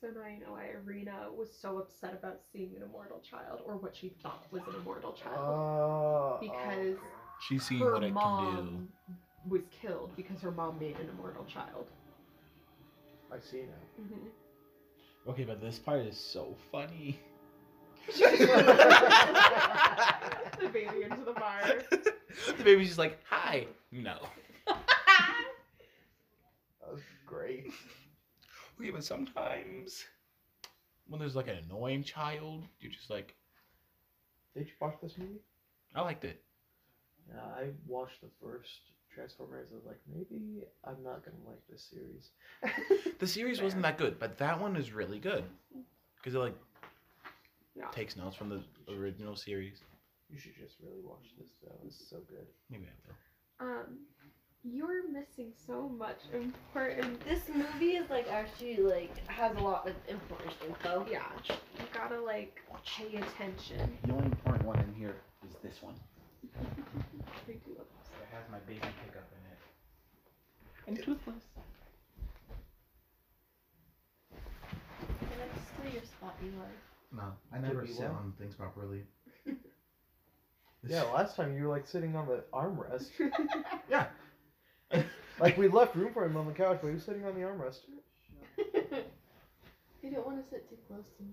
S2: So now you know why Irina was so upset about seeing an immortal child or what she thought was an immortal child.
S3: Oh.
S2: Because-
S4: She's seeing
S2: her
S4: what I can
S2: mom was killed because her mom made an immortal child.
S3: I see now.
S2: Mm-hmm.
S4: do. Okay, but this part is so funny.
S2: the baby into the bar.
S4: the baby's just like, hi. No.
S3: That was great.
S4: Okay, but sometimes when there's like an annoying child, you're just like,
S3: Did you watch this movie?
S4: I liked it.
S3: Yeah, Uh, I watched the first Transformers. I was like, maybe I'm not gonna like this series.
S4: The series wasn't that good, but that one is really good because it like
S2: Yeah.
S4: takes notes from the original series.
S3: You should just really watch this though. It's so good.
S4: Maybe I will.
S2: Um, you're missing so much important.
S5: This movie is like actually like has a lot of important info.
S2: Yeah, you gotta like pay attention.
S4: The only important one in here is this one.
S2: We do love this.
S4: It has my baby pickup in it.
S5: And toothless. Can I just steal your spot, Eli?
S4: No, I
S3: never sit
S4: on things properly.
S3: Yeah, last time you were like sitting on the armrest.
S4: yeah.
S3: Like we left room for him on the couch, but he was sitting on the armrest.
S5: You don't want to sit too close to me.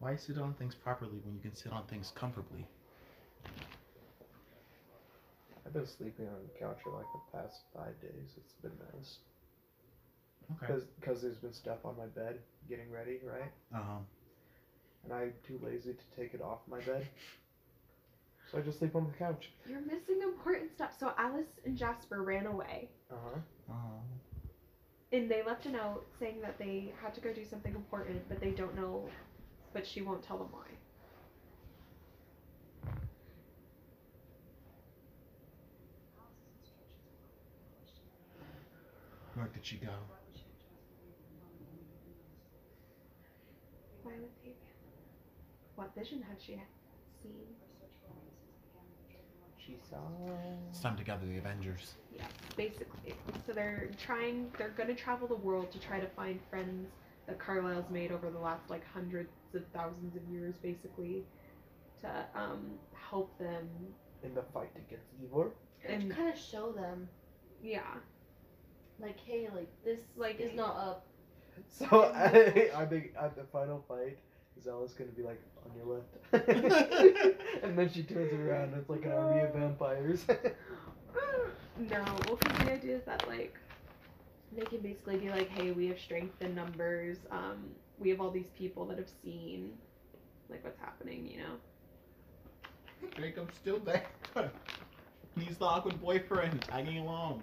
S4: Why sit on things properly when you can sit on things comfortably?
S3: I've been sleeping on the couch for like the past five days. It's been nice.
S4: Okay.
S3: Because there's been stuff on my bed getting ready, right?
S4: Uh huh.
S3: And I'm too lazy to take it off my bed. So I just sleep on the couch.
S2: You're missing important stuff. So Alice and Jasper ran away,
S3: Uh huh.
S4: Oh.
S2: and they left a note saying that they had to go do something important, but they don't know, but she won't tell them why.
S4: Where did she go?
S2: Why would they? be- What vision had she seen?
S3: She saw.
S4: It's time to gather the Avengers.
S2: Yeah, basically. So they're trying, they're gonna travel the world to try to find friends that Carlisle's made over the last like hundreds of thousands of years, basically, to um, help them.
S3: In the fight against evil.
S5: And
S2: And
S5: kind of show them,
S2: yeah,
S5: like, hey, like this,
S2: Like-
S5: like, is not up.
S3: So I, I think at the final fight, Zella's gonna be like on your left, and then she turns around and it's like an army of vampires.
S2: no. Well, 'cause the idea is that like they can basically be like, hey, we have strength in numbers. Um, we have all these people that have seen like what's happening, you know.
S4: Jacob's still there. He's the awkward boyfriend, tagging along.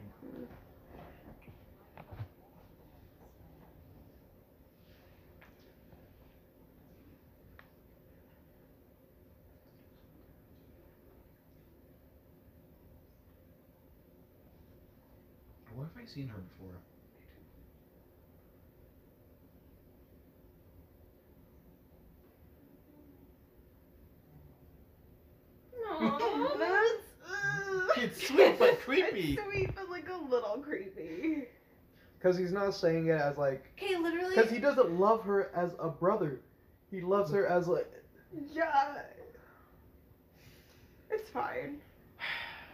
S4: Where have I seen her before?
S5: Oh,
S4: It's sweet but creepy.
S2: It's sweet but like a little creepy.
S3: Because he's not saying it as like,
S5: Okay,
S3: because
S5: literally.
S3: he doesn't love her as a brother. He loves her as like,
S2: Yeah. It's fine.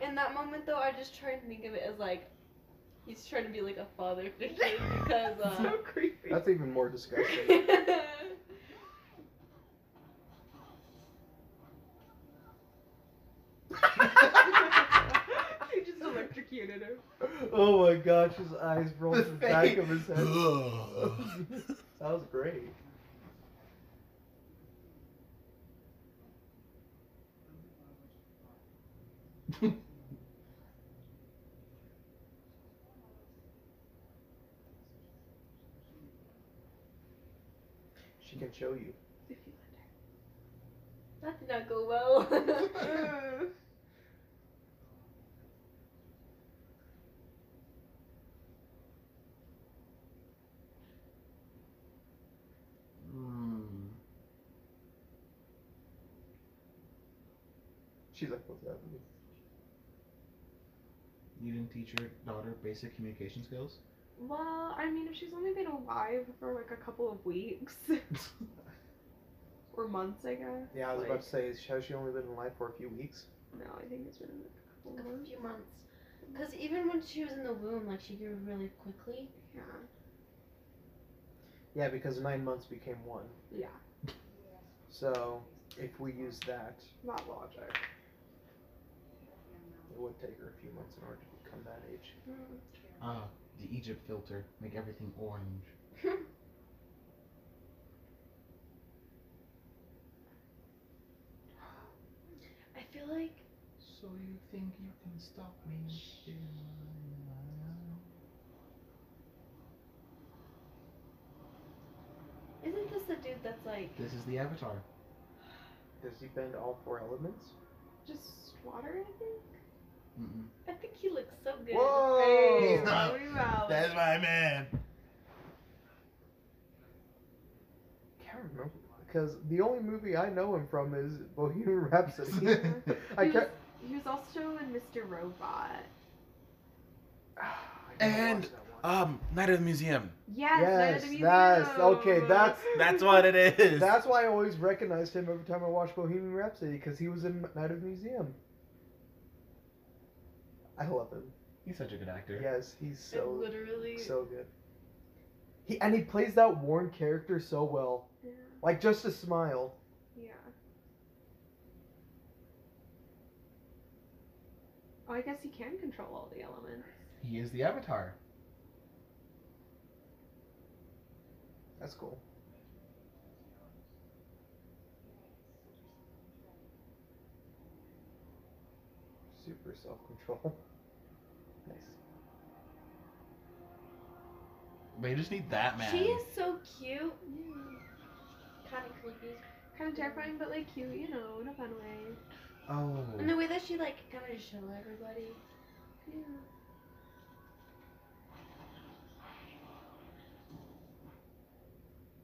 S5: In that moment, though, I just try to think of it as like he's trying to be like a father figure because uh,
S2: so creepy.
S3: that's even more disgusting.
S5: That's
S2: you just electrocute electrocuted her.
S3: Oh my gosh, his eyes rolled to the back of his head.
S4: head.
S3: That was great. She can show you.
S2: If you let her. That did not go well.
S4: Hmm.
S3: She's like, what's happening?
S4: You didn't teach your daughter basic communication skills?
S2: well, I mean, if she's only been alive for like a couple of weeks or months, I guess.
S3: Yeah, I was
S2: like-
S3: about to say, has she only been alive for a few weeks?
S2: No, I think it's been like a couple of
S5: a
S2: months.
S5: few months. Because even when she was in the womb, like she grew really quickly.
S2: Yeah.
S3: Yeah, because nine months became one.
S2: Yeah.
S3: So if we use that,
S2: Not logic.
S3: it would take her a few months in order to become that age.
S4: Ah, the Egypt filter. Make everything orange.
S5: I feel like
S4: So you think you can stop me?
S2: Isn't this the dude that's like
S4: This is the avatar.
S3: Does he bend all four elements?
S2: just water? I think.
S4: Mm-mm.
S2: I think he looks so good.
S3: Whoa!
S2: Hey,
S4: He's not-
S2: what are we about?
S4: my man.
S3: Can't remember because the only movie I know him from is Bohemian Rhapsody. I
S2: He was,
S3: can't.
S2: he was also in Mr. Robot.
S3: I never
S4: And,
S3: watched that one.
S4: um, Night of the Museum.
S2: Yes, Night at the
S3: Yes, that's-
S2: Museum.
S3: okay, that's-
S4: That's what it is.
S3: That's why I always recognized him every time I watched Bohemian Rhapsody because he was in Night of the Museum. I love him.
S4: He's such a good actor.
S3: Yes, he's
S2: It
S3: so
S2: literally.
S3: so good. He and he plays that worn character so well.
S2: Yeah.
S3: Like just a smile.
S2: yeah. Oh, I guess he can control all the elements.
S4: He is the avatar.
S3: That's cool. Super self control. Nice.
S4: But you just need that man.
S5: she is so cute. Kind of creepy.
S2: Kind of terrifying, but like cute, you know, in a fun way.
S4: Oh.
S5: And the way that she like kind of just showed everybody.
S2: Yeah.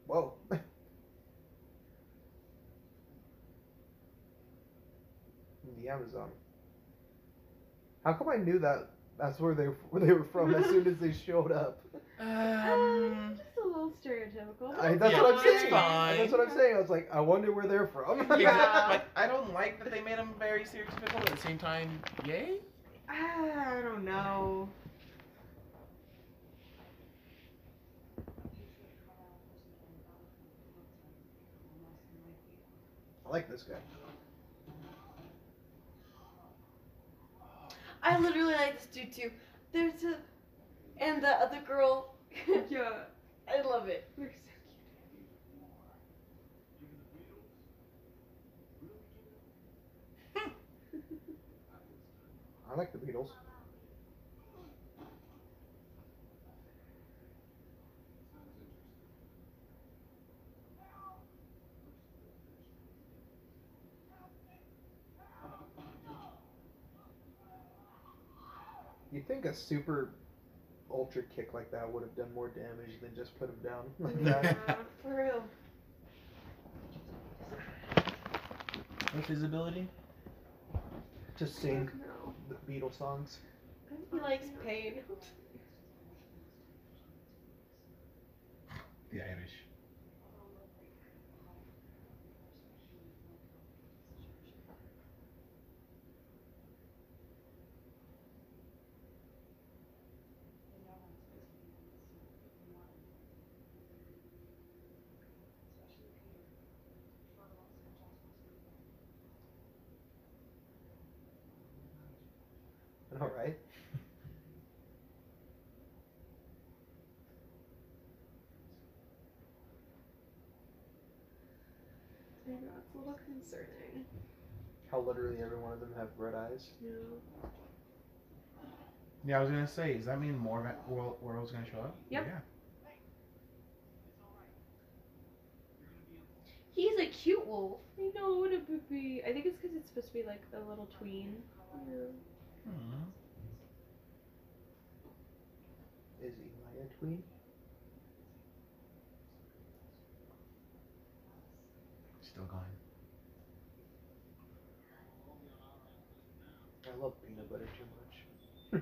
S3: Whoa. the Amazon. How come I knew that? That's where they where they were from as soon as they showed up.
S2: Um, just a little stereotypical.
S3: I, that's
S4: Yeah,
S3: what I'm
S4: it's
S3: saying.
S4: fine.
S3: That's what I'm saying. I was like, I wonder where they're
S4: Oh
S3: from.
S4: yeah. like, I don't like that they made him very stereotypical. At the same time, yay.
S2: Ah, I don't know.
S3: I like this guy.
S5: I literally like this dude too. There's a and the other girl.
S2: yeah,
S5: I love it.
S2: they're so cute.
S3: I like the Beatles. You'd think a super ultra kick like that would have done more damage than just put him down like that.
S2: Yeah.
S5: For real.
S4: What's his ability?
S3: to sing
S2: No.
S3: the Beatles songs.
S5: He likes pain.
S4: The Irish.
S3: All right.
S5: It's a little concerning.
S3: How literally every one of them have red eyes.
S4: Yeah, I was gonna say, does that mean more va- world world's gonna show up?
S2: Yep.
S4: Yeah.
S5: He's a cute wolf.
S2: I know what it would be. I think it's because it's supposed to be like a little tween.
S4: Mm-hmm.
S3: Is Eli a tween?
S4: Still going.
S3: I love peanut butter too much.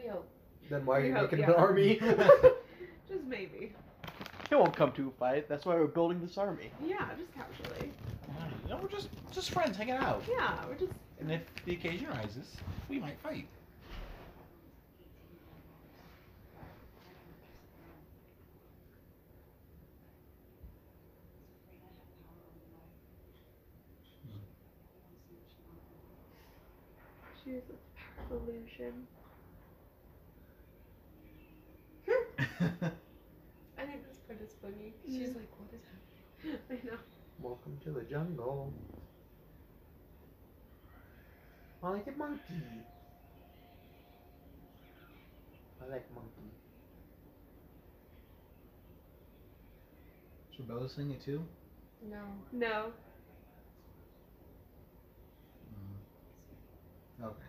S5: We hope.
S3: Then why are
S2: We
S3: you
S2: hope,
S3: making an
S2: yeah.
S3: army?
S2: Just maybe.
S3: it won't come to a fight. That's why we're building this army.
S2: Yeah, just casually.
S4: No, we're just just friends hanging out.
S2: Yeah, we're just.
S4: And if the occasion arises, we might fight.
S2: She is a illusion.
S5: I think this part is funny. She's like, what is happening?
S2: I know.
S3: Welcome to the jungle. I like a monkey. I like monkey.
S4: Should Bella sing it too?
S5: No.
S2: No.
S4: Mm-hmm. Okay.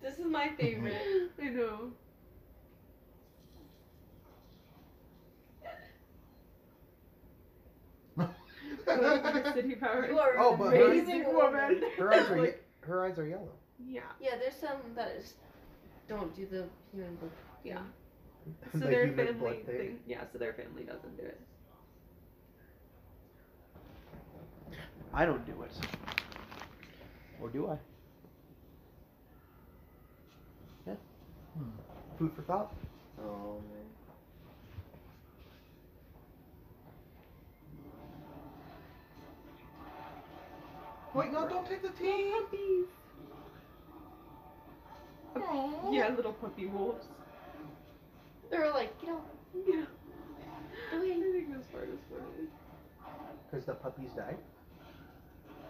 S5: This is my favorite.
S2: I know. City power.
S5: you are
S3: Oh,
S5: an
S3: but her-
S5: amazing woman.
S3: Her eyes are ye- her eyes are yellow.
S2: Yeah.
S5: Yeah, there's some that is don't do the human blood.
S2: Yeah. So
S3: The
S2: their
S3: human
S2: family
S3: blood
S2: thing.
S3: thing.
S2: Yeah. So their family doesn't do it.
S3: I don't do it. Or do I? Yeah. Hmm. Food for thought.
S5: Oh man.
S4: Wait, no, don't take the tea.
S2: Puppies. Yeah, little puppy wolves.
S5: They're like, get off.
S2: Yeah.
S5: Okay.
S2: I think this part is funny.
S3: Because the puppies died.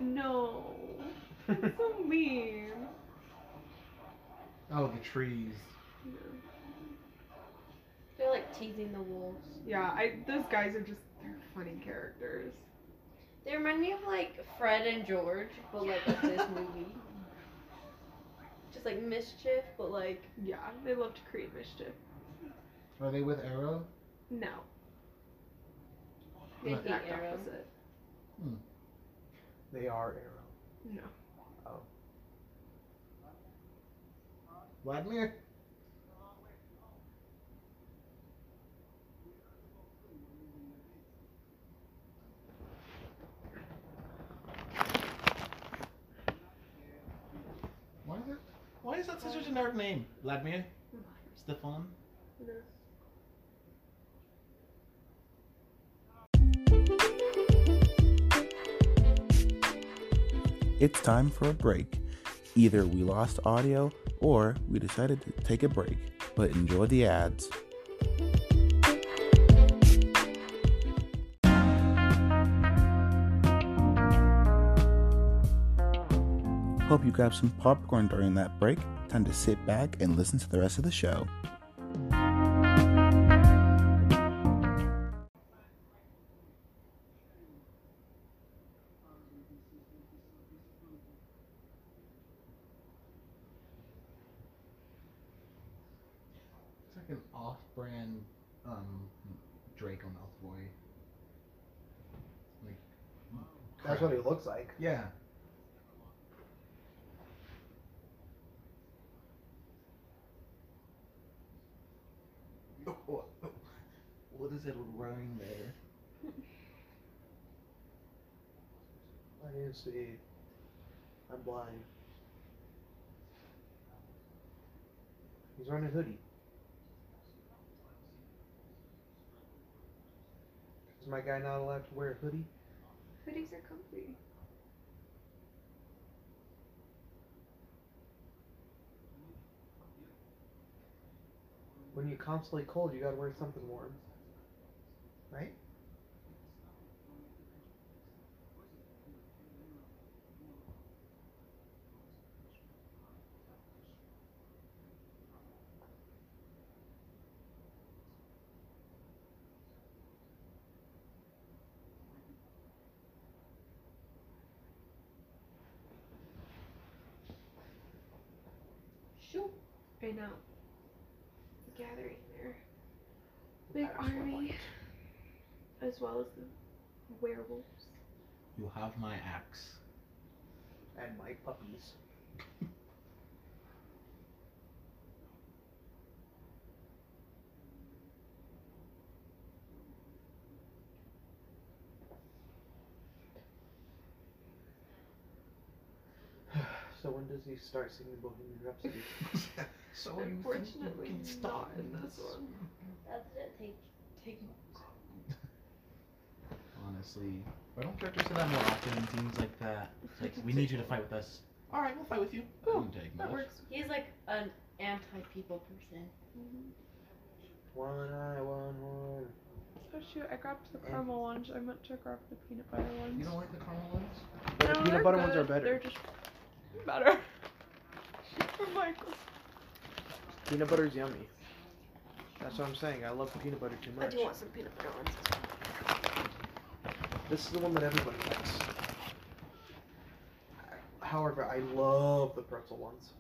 S2: No. That's so mean.
S4: Oh, the trees.
S5: They're like teasing the wolves.
S2: Yeah, I those guys are just they're funny characters.
S5: They remind me of like Fred and George, but like of this movie. Just like mischief, but like
S2: Yeah, they love to create mischief.
S4: Are they with Arrow?
S2: No,
S5: they
S4: Right.
S5: hate
S2: exact
S5: arrows.
S2: opposite.
S3: They are arrow.
S2: No.
S4: Vladimir? Why is that? Why is that such a generic name? Vladimir? Stefan?
S2: No.
S6: It's time for a break. Either we lost audio or we decided to take a break, but enjoy the ads. Hope you grabbed some popcorn during that break. Time to sit back and listen to the rest of the show.
S4: It's like an off brand um, Draco Malfoy. Like,
S3: That's what he looks like.
S4: Yeah. What is it running there?
S3: I didn't see. I'm blind. He's wearing a hoodie. Is my guy not allowed to wear a hoodie?
S5: Hoodies are comfy.
S3: When you're constantly cold, you gotta wear something warm. Right?
S2: Shoot. I know. Gathering there. Big
S3: That's what I
S2: army.
S3: like.
S2: As well as the werewolves.
S4: You have my axe.
S3: And my puppies. so when does he start singing Bohemian Rhapsody?
S4: so
S5: Oh, Unfortunately, not in this one. That's it. Take, take.
S4: Honestly, why don't characters say that more often in scenes like that? It's like, we need you to fight with us. All right, we'll fight with you. That
S5: Cool,
S4: didn't take
S5: That
S4: much.
S5: works. He's like an anti-people person.
S3: One eye, one horn.
S2: Oh shoot, I grabbed
S3: Eh.
S2: the caramel ones. I meant to grab the peanut butter ones.
S4: You don't like the caramel ones?
S3: But the peanut butter ones are better.
S2: They're just better. Oh For Michael.
S3: Peanut butter's yummy. That's what I'm saying. I love peanut butter too much.
S5: some peanut butter ones.
S3: This is the one that everybody likes. However, I love the pretzel ones.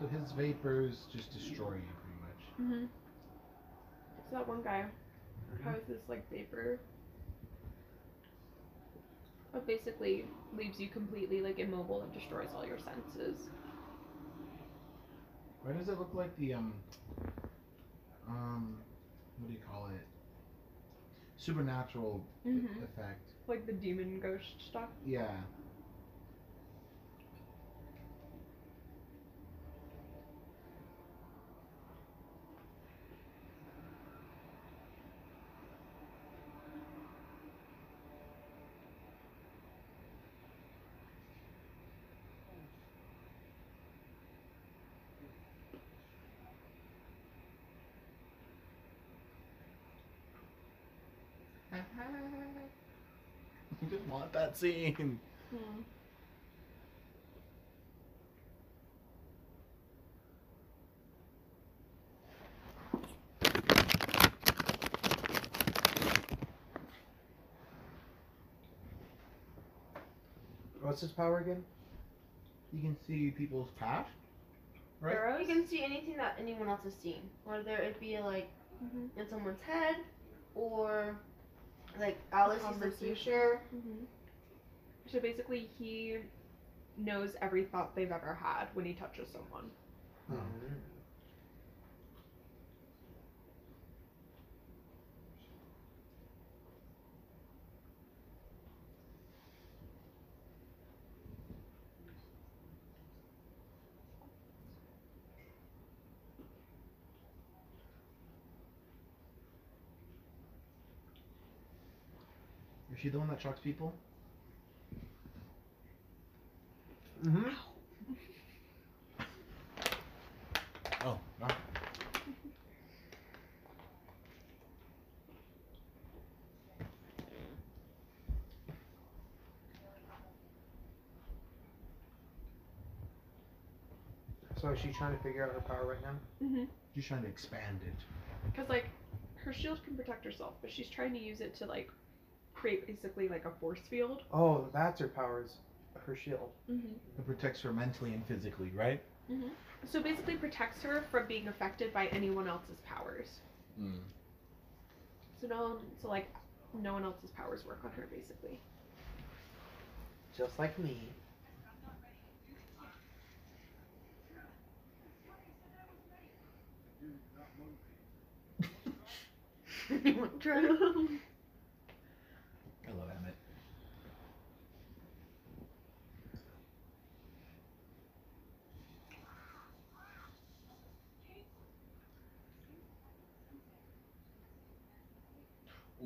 S4: So his vapors just destroy you pretty much.
S2: Mm-hmm. It's that one guy.
S3: Mm-hmm.
S2: How is this like vapor? It basically leaves you completely like immobile and destroys all your senses.
S4: Why does it look like the um um what do you call it? Supernatural e-
S5: Mm-hmm.
S2: Mhm.
S4: effect.
S2: Like the demon ghost stuff.
S4: Yeah. You just want that scene.
S5: Mm-hmm.
S2: Hmm.
S3: What's his power again?
S4: You can see people's past. Right.
S5: You can see anything that anyone else has seen, whether it be like
S2: Mm-hmm.
S5: in someone's head, or like Alice sees the
S2: conversation.
S5: future.
S2: Mm-hmm. So basically, he knows every thought they've ever had when he touches someone.
S4: Oh. Is she the one that shocks people?
S3: Mm-hmm.
S4: Oh, no.
S3: So is she trying to figure out her power right now?
S2: Mm-hmm.
S4: She's trying to expand it.
S2: Because like, her shield can protect herself, but she's trying to use it to like create basically like a force field.
S3: Oh, that's her powers. Her shield.
S2: Mm-hmm.
S4: It protects her mentally and physically, right?
S2: So basically protects her from being affected by anyone else's powers.
S4: Mm.
S2: So no, so like no one else's powers work on her basically.
S3: Just like me.
S1: True.
S4: I love Emmett.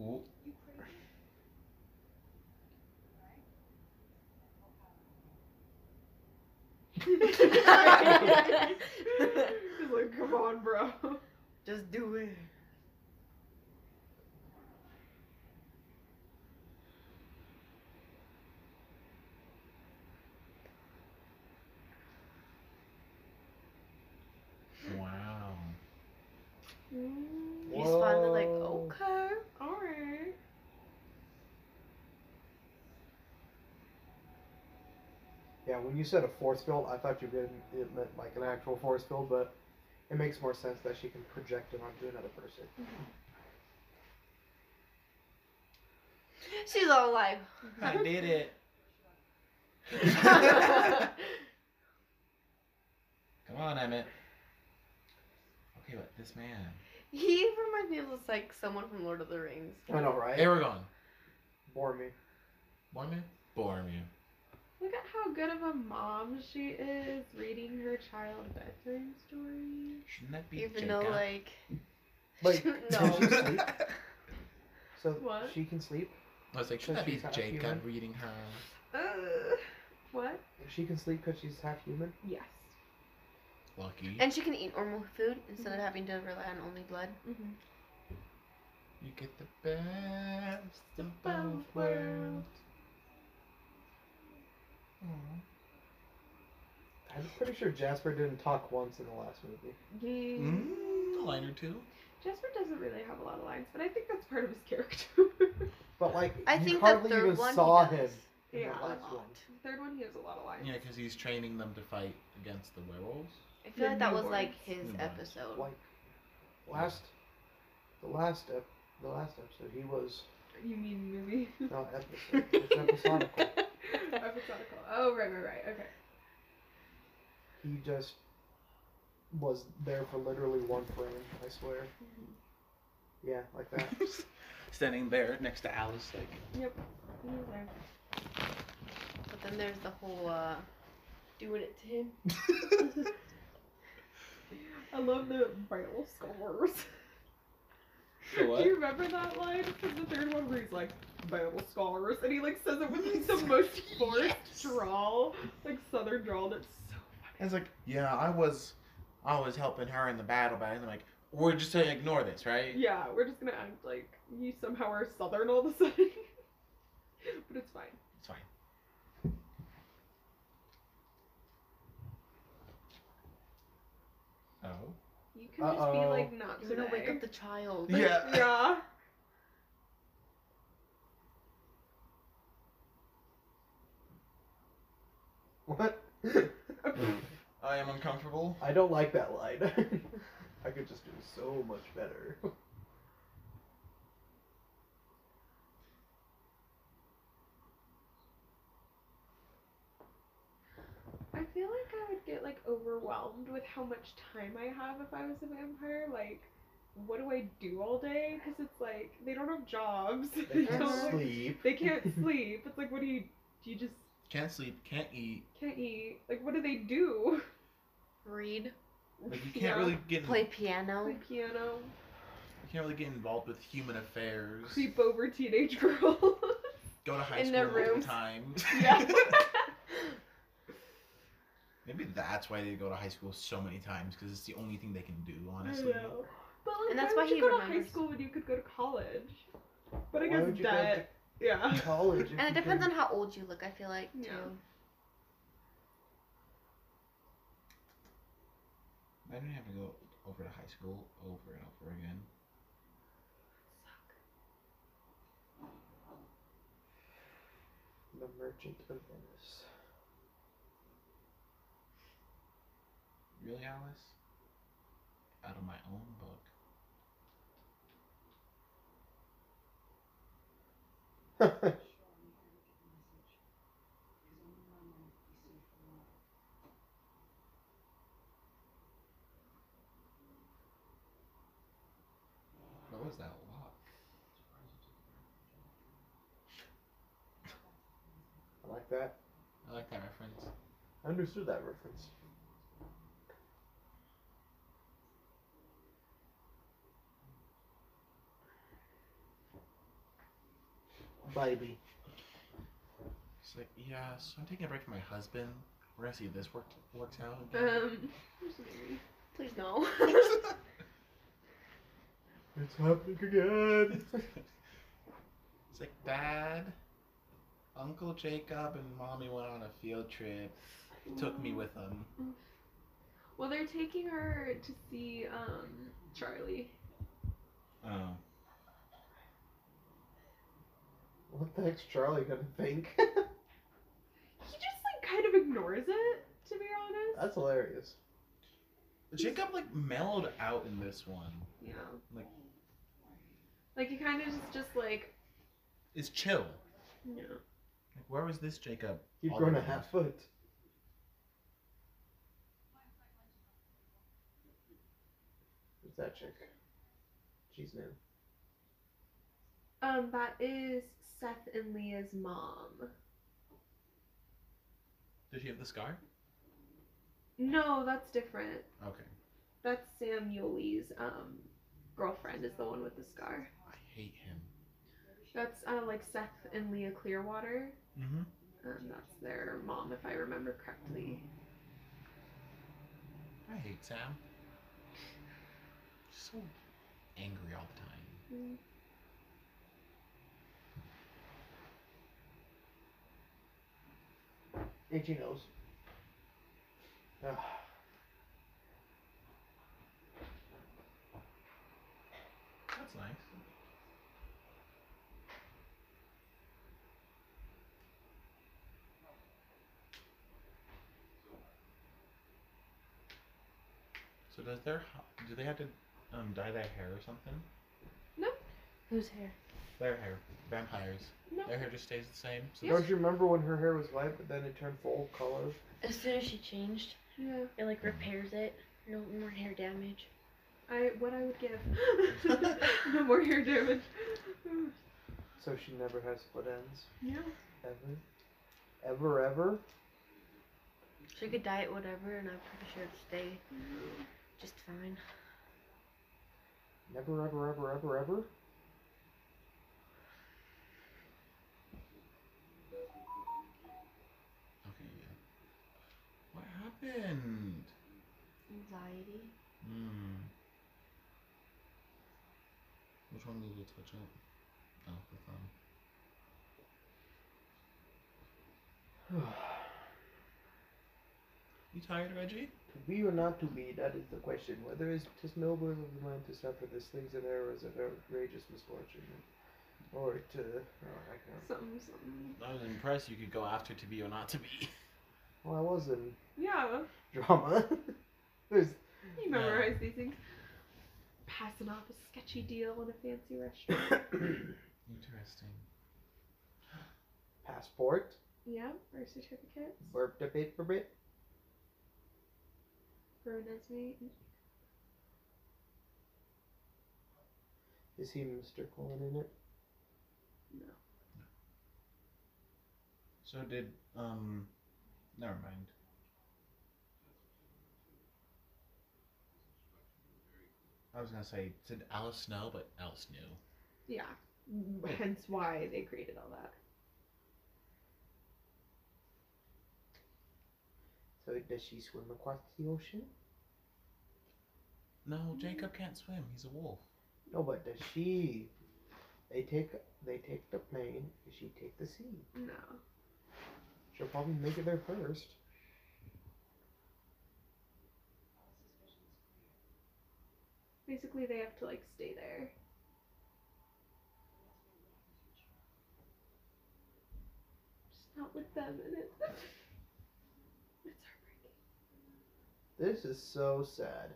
S4: Ooh.
S2: He's like, come on, bro.
S1: Just do it.
S4: Wow.
S5: You just finally like,
S3: Whoa.
S5: okay.
S2: Alright.
S3: Yeah, when you said a force field, I thought you meant it meant like an actual force field, but it makes more sense that she can project it onto another person.
S5: She's all alive.
S4: I did it. Come on, Emmett. Okay, but this man.
S5: He reminds me of this, like someone from Lord of the Rings.
S3: I know, right?
S4: Aragon.
S3: Bore me.
S4: Boromir? Boromir.
S2: Look at how good of a mom she is reading her child bedtime story.
S4: Shouldn't that be
S5: Even though
S4: Jacob?
S3: Like,
S5: like, no.
S3: did you sleep? So
S2: What?
S3: she can sleep.
S4: I was like, shouldn't
S3: Because
S4: that be
S3: she's half
S4: Jacob
S3: human.
S4: reading her?
S5: Ugh.
S2: What?
S3: She can sleep because she's half human.
S2: Yes.
S4: Lucky.
S5: and she can eat normal food instead of having to rely on only blood.
S2: Mm-hmm.
S4: You get the best of
S2: both
S4: both worlds. Aw.
S3: I'm pretty sure Jasper didn't talk once in the last movie.
S2: He...
S4: Mm, a line or two.
S2: Jasper doesn't really have a lot of lines, but I think that's part of his character.
S3: But like,
S5: I
S3: you
S5: think the
S3: hardly
S5: third
S3: even
S5: one he
S3: saw him
S5: does.
S3: in
S2: Yeah,
S3: the
S2: a
S3: last
S5: lot.
S3: one.
S2: Third one, he has a lot of lines.
S4: Yeah, because he's training them to fight against the werewolves.
S5: I feel like that was like
S2: Newborns.
S5: his
S4: Newborns.
S5: episode.
S3: Like, last, the last ep- the last episode, he was
S2: You mean movie?
S3: not episode. it's episodical.
S2: Episodical. Oh, right, right, right. Okay.
S3: He just was there for literally one frame. I swear.
S5: Mm-hmm.
S3: Yeah, like that.
S4: Standing there next to Alice, like.
S2: Yep. He was there.
S5: But then there's the whole uh, doing it to him.
S2: I love the barrel scores.
S4: The
S2: Do you remember that line from the third one where he's like, barrel scores? And he like says it with like, the most forced
S4: Yes.
S2: drawl, like southern drawl, and it's so
S4: And it's like, yeah, I was, I was helping her in the battle, but I'm like, we're just gonna ignore this, right?
S2: Yeah, we're just gonna act like you somehow are southern all of a sudden. but it's fine.
S4: It's fine. Oh.
S2: You can just be
S3: Uh-oh.
S2: like not
S5: You're gonna wake
S2: today.
S5: up the child.
S4: Yeah.
S2: yeah.
S3: what?
S4: I am uncomfortable.
S3: I don't like that line. I could just do so much better.
S2: I feel like I would get like overwhelmed with how much time I have if I was a vampire. Like, what do I do all day? Because it's like they don't have jobs. They,
S3: They
S2: don't,
S3: can't
S2: like-
S3: sleep.
S2: They can't sleep. It's like, what do you? Do you just
S4: Can't sleep, can't eat.
S2: can't eat? Like, what do they do?
S5: Read.
S4: Like you can't
S2: Yeah.
S4: really get,
S5: Play
S2: Play
S5: piano.
S2: piano.
S4: you can't really get involved with human affairs.
S2: Creep over teenage girl.
S4: Go to high
S5: in
S4: school
S5: their
S4: all the
S5: rooms.
S4: time.
S2: yeah.
S4: Maybe that's why they go to high school so many times because it's the only thing they can do,
S2: I
S4: honestly.
S2: know. But like,
S5: And that's
S2: why,
S5: why
S2: would
S5: he
S2: you go to high
S5: remembers.
S2: school when you could go to college? But I
S3: Why
S2: guess
S3: would you go
S2: that. yeah.
S3: to college? if
S5: And it
S3: you
S5: depends
S3: can-
S5: on how old you look, I feel like, too.
S2: Yeah.
S4: I don't have to go over to high school over and over again.
S3: The Merchant of Venice.
S4: Really, Alice? Out of my own book. was that walk?
S3: I like that.
S4: I like that reference.
S3: I understood that reference. Baby.
S4: It's like, yeah, so I'm taking a break from my husband. We're gonna see if this work works out.
S5: Um, please no.
S3: It's happening again.
S4: it's like Dad, Uncle Jacob, and Mommy went on a field trip. Took me with them.
S2: Well, they're taking her to see um Charlie.
S4: Um,
S3: What the heck's Charlie gonna think?
S2: He just like kind of ignores it, to be
S4: Uh,
S2: honest.
S3: That's hilarious.
S4: Jacob like mellowed out in this one.
S2: Yeah.
S4: Like-
S2: Like he kind of just just like
S4: It's chill.
S2: yeah.
S4: Like, where was this Jacob?
S3: You've
S4: all
S3: grown
S4: the
S3: a
S4: time?
S3: half foot. Who's that chick? Jeez, man.
S2: Um, that is Seth and Leah's mom.
S4: Did she have the scar?
S2: No, that's different.
S4: Okay.
S2: That's Samuel's um girlfriend is the one with the scar.
S4: I hate him.
S2: That's uh, like Seth and Leah Clearwater.
S4: Mm-hmm.
S2: Um, that's their mom, if I remember correctly.
S4: I hate Sam. She's so angry all the time.
S3: And she knows. Ah.
S4: That's nice. So does their h- do they have to um, dye their hair or something?
S5: Whose hair?
S4: Their hair, vampires.
S2: No.
S4: Their hair just stays the same. So
S3: Don't you remember when her hair was white, but then it turned full color?
S5: As soon as she changed,
S2: Yeah.
S5: it like repairs it. No more hair damage.
S2: I what I would give. no more hair damage.
S3: So she never has split ends.
S2: Yeah.
S3: Ever. Ever, ever?
S5: She could dye it whatever, and I'm pretty sure it'd stay just fine.
S3: Never, ever, ever, ever, ever?
S4: okay. Yeah. What happened?
S5: Anxiety.
S4: Hmm. Which one did you touch up? Oh, the thumb. You tired, Reggie?
S3: To be or not to be, that is the question. Whether it is noble of the man to suffer these things and errors of outrageous misfortune, or to. Oh, I can't.
S2: Something, something.
S4: I was impressed you could go after to be or not to be.
S3: Well, I was in
S2: Yeah.
S3: drama. There's.
S2: You
S4: Yeah.
S2: memorize these things. Passing off a sketchy deal in a fancy restaurant.
S4: Interesting.
S3: Passport,
S2: yeah. Or certificates.
S3: birth to paper bit.
S2: Ruiners me.
S3: Is he Mr. Cullen in it?
S4: So did um never mind. I was gonna say did Alice know, but Alice knew.
S2: Yeah. Hence why they created all that.
S3: So does she swim across the ocean?
S4: No, Jacob can't swim. He's a wolf.
S3: No, but does she? They take they take the plane. Does she take the sea?
S2: No.
S3: She'll probably make it there first.
S2: Basically, they have to like stay there. Just not with them in it. it's heartbreaking.
S3: This is so sad.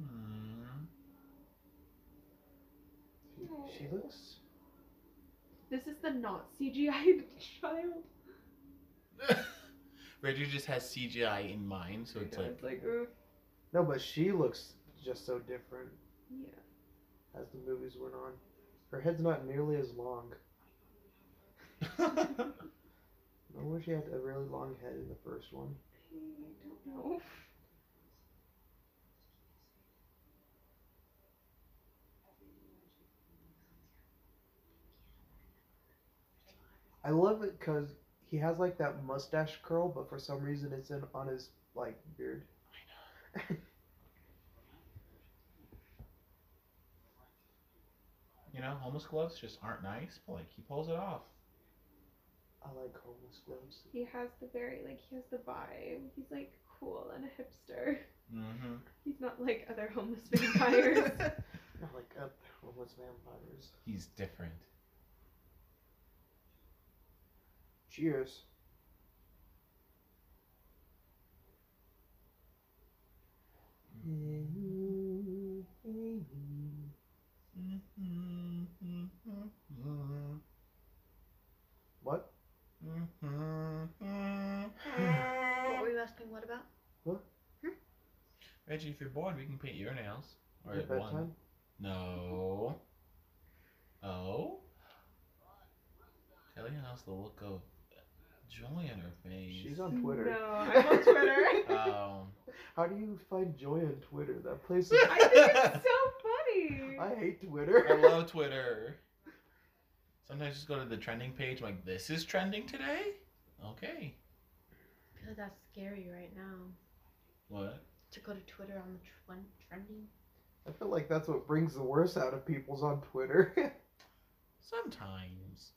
S4: Hmm.
S3: She, she
S2: No.
S3: looks.
S2: This is the not CGI child.
S4: Reggie just has CGI in mind, so it's like
S2: It's like, ooh,
S3: No, but she looks just so different
S2: Yeah.
S3: as the movies went on. Her head's not nearly as long. I wonder if she had a really long head in the first one.
S2: I don't know.
S3: I love it because he has like that mustache curl, but for some reason it's in on his like beard.
S4: You know, homeless gloves just aren't nice, but like he pulls it off.
S3: I like homeless gloves.
S2: He has the very like he has the vibe. He's like cool and a hipster.
S4: Mm-hmm.
S2: He's not like other homeless vampires.
S3: I like up homeless vampires.
S4: He's different.
S3: Cheers.
S4: Mm-hmm.
S3: What?
S5: What were you asking? What about?
S4: Reggie, if you're bored, we can paint your nails. Or
S3: Is it
S4: at one.
S3: bedtime?
S4: No. Oh. Kelly has the look of joy in her face.
S3: She's on Twitter.
S2: No, I'm on Twitter.
S4: Um,
S3: How do you find joy on Twitter? That place is.
S2: I think it's so funny.
S3: I hate
S4: I
S3: Twitter.
S4: love Twitter. Sometimes just go to the trending page. I'm like, this is trending today. Okay.
S5: I feel like that's scary right now.
S4: What?
S5: To go to Twitter on the tr- one trending.
S3: I feel like that's what brings the worst out of people's on Twitter.
S4: Sometimes.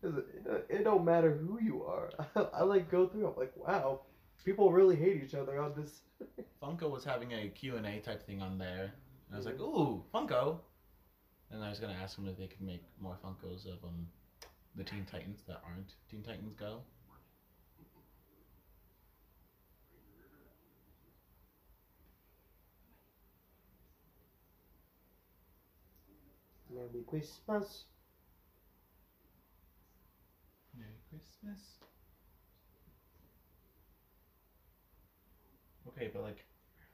S3: 'Cause it, it don't matter who you are. I like go through. I'm like, wow, people really hate each other on this.
S4: Funko was having a Q&A type thing on there. And I was like, ooh, Funko. And I was going to ask them if they could make more Funkos of um, the Teen Titans that aren't Teen Titans Go.
S3: Merry Christmas.
S4: Merry Christmas. Okay, but like,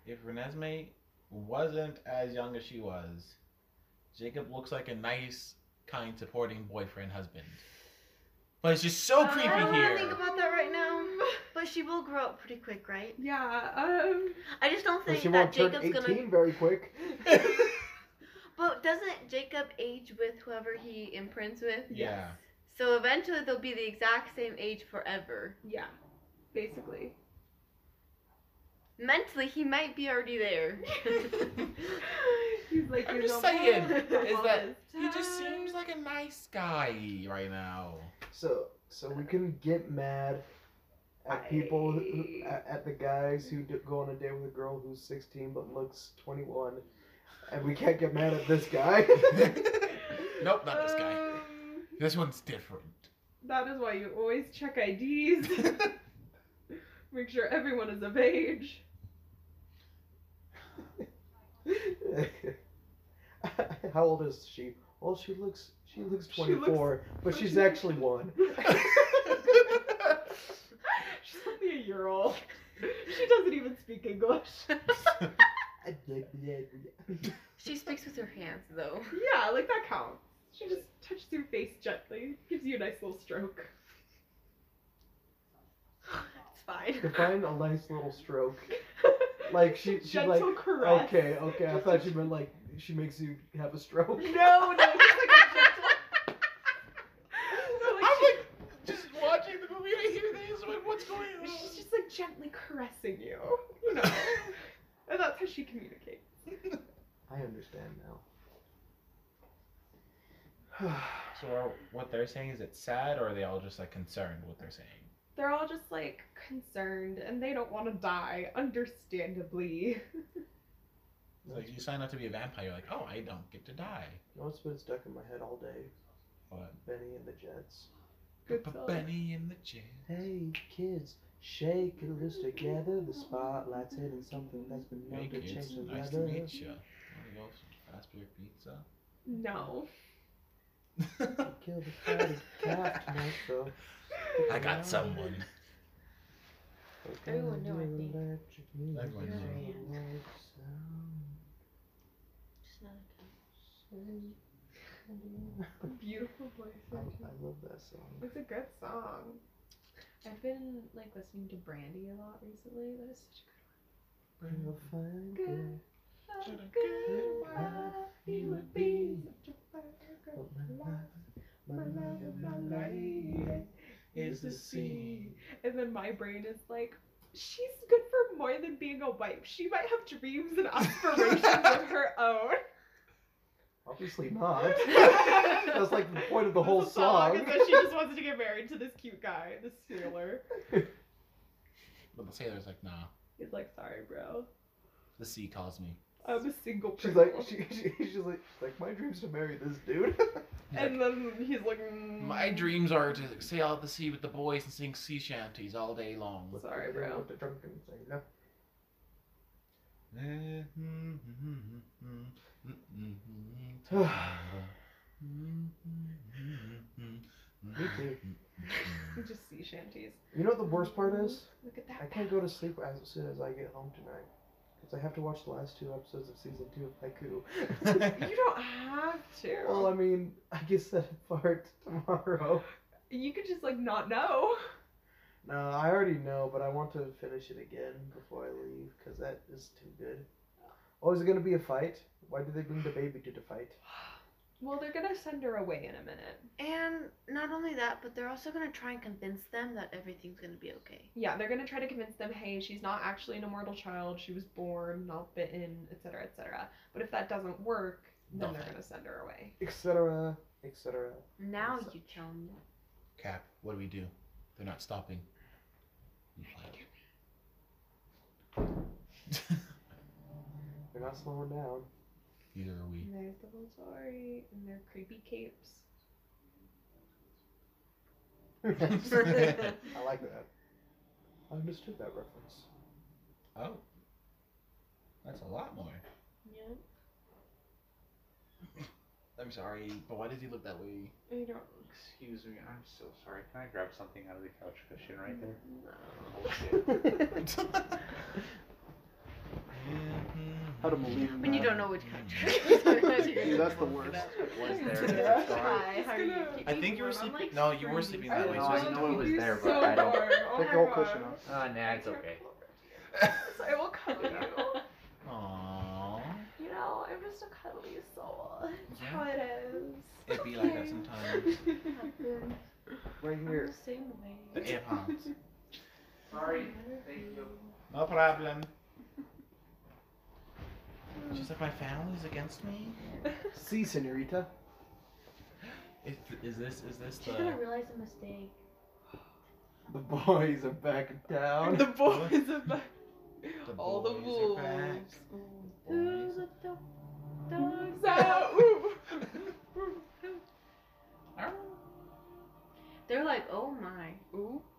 S4: if Renesmee wasn't as young as she was, Jacob looks like a nice, kind, supporting boyfriend husband. But it's just so
S5: Uh,
S4: creepy
S5: I don't wanna
S4: here.
S5: think about that right now. But she will grow up pretty quick, right?
S2: Yeah. Um.
S5: I just don't
S3: But
S5: think
S3: she
S5: that
S3: won't turn
S5: Jacob's
S3: 18
S5: gonna.
S3: very quick.
S5: But doesn't Jacob age with whoever he imprints with?
S4: yeah.
S5: So eventually they'll be the exact same age forever.
S2: Yeah. Basically.
S5: Mentally, he might be already there.
S2: He's like.
S4: I'm
S2: his
S4: just
S2: own-
S4: saying,
S5: is
S4: that- He just seems like a nice guy right now.
S3: So, so we can get mad at people, who,
S2: I-
S3: at, at the guys who d- go on a date with a girl who's 16 but looks 21, and we can't get mad at this guy.
S4: Nope, not this guy.
S2: Um,
S4: This one's different.
S2: That is why you always check IDs. Make sure everyone is of age.
S3: How old is she? Well, she looks she looks
S2: She looks-
S3: 24, but
S2: but
S3: she's
S2: she-
S3: actually one.
S2: She's only a year old. She doesn't even speak English.
S5: she speaks with her hands, though.
S2: Yeah, like that counts. She just touches your face gently, gives you a nice little stroke.
S5: It's fine.
S3: Define a nice little stroke. Like she she's like
S2: gentle caress.
S3: okay okay. I thought you meant like she makes you have a stroke.
S2: No, no, it's like a gentle. No, like
S4: I'm
S2: she-
S4: like just watching the movie and I hear this. I'm like, what's going on?
S2: She's just like gently caressing you.
S4: You know.
S2: And that's how she communicates.
S3: I understand now.
S4: So are, what they're saying is it's sad, or are they all just like concerned what they're saying?
S2: They're all just like concerned and they don't want to die, understandably.
S4: Like you sign up to be a vampire, you're like, oh, I don't get to die.
S3: You know what's been stuck in my head all day?
S4: But
S3: Benny and the Jets.
S2: Good
S4: But
S2: song.
S4: Benny in the chair.
S3: Hey kids, shake your loose together. The spotlight's hitting something that's been known
S4: Hey
S3: to
S4: kids,
S3: change the
S4: nice to
S3: weather.
S4: meet you. Wanna go for some raspberry pizza?
S2: No.
S3: Kill the fatted calf tonight, though.
S4: I got someone.
S5: Everyone know, I think.
S4: Everyone
S5: Just not a beautiful boyfriend.
S3: love that song.
S2: It's a good song. I've been like listening to Brandy a lot recently. That is such Good. a good, good wife. You would be such a fine girl. My love of my life is the sea. And then my brain is like, she's good for more than being a wife. She might have dreams and aspirations of her own.
S3: Obviously not. That's like the point of the
S2: This
S3: whole
S2: is so long
S3: song.
S2: ago, she just wants to get married to this cute guy, this sailor.
S4: But the sailor's like, nah.
S2: He's like, sorry, bro.
S4: The sea calls me.
S2: I'm a single person.
S3: She's like, she, she, she's like, she's like, my dream's to marry this dude.
S2: and then he's like, mm,
S4: My dreams are to sail out the sea with the boys and sing sea shanties all day long.
S2: Sorry, bro.
S3: The drunken sailor.
S2: Just sea shanties.
S3: You know what the worst part is?
S2: Look at
S3: I
S2: that.
S3: can't go to sleep as soon as I get home tonight. Because I have to watch the last two episodes of season two of Haiku.
S2: You don't have to.
S3: well, I mean, I guess that part tomorrow.
S2: you could just like not know.
S3: No, I already know, but I want to finish it again before I leave because that is too good. Oh, is it going to be a fight? Why do they bring the baby to the fight?
S2: Well, they're gonna send her away in a minute.
S5: And not only that, but they're also gonna try and convince them that everything's gonna be okay.
S2: Yeah, they're gonna try to convince them, hey, she's not actually an immortal child. She was born, not bitten, etc., etc. But if that doesn't work, then they're
S4: Nothing.
S2: gonna send her away.
S3: Etc. Etc.
S5: Now
S3: Awesome.
S5: you tell me.
S4: Cap, what do we do? They're not stopping. You fight.
S3: They're not slowing down.
S4: Neither are we.
S2: And there's the whole story, and their creepy capes.
S3: I like that. I understood that reference.
S4: oh. That's a lot more.
S5: Yeah.
S4: I'm sorry, but why does he look that way?
S2: I don't.
S7: Excuse me, I'm so sorry. Can I grab something out of the couch cushion right there?
S3: How to believe in
S5: When you
S3: that.
S5: don't know which country.
S3: Dude, that's the worst.
S7: It was
S3: Yeah.
S7: there. Yeah. it's gone.
S5: Hi, how are you keeping
S4: I think you were
S5: warm? I'm,
S4: sleeping.
S5: like,
S4: no, you were
S5: screaming.
S4: sleeping
S7: I
S4: that
S7: don't
S4: way.
S7: know, I know it was
S2: You're
S7: there, but
S2: so
S7: I don't-
S2: warm. Oh
S3: Take
S2: my
S3: the whole
S2: God.
S3: cushion off.
S7: Oh, nah, it's okay.
S2: Yes, I will cuddle you.
S4: Aww.
S2: You know, I'm just a cuddly soul. That's how it is.
S4: It be like that sometimes.
S3: Right
S5: I'm
S3: here.
S5: the same way.
S4: The AirPods.
S7: Sorry. Thank you.
S4: No problem. She's like, my family's against me.
S3: See, senorita.
S4: Is, is this is this
S5: She's gonna
S4: the
S5: realize a mistake.
S3: The boys are back in town.
S2: The boys are back.
S4: The
S2: All the
S4: boys are back.
S2: wolves. Oh.
S4: boys?
S5: Who's with the
S2: Dogs
S5: dogs
S2: out.
S5: out? They're like, oh my.
S2: Ooh.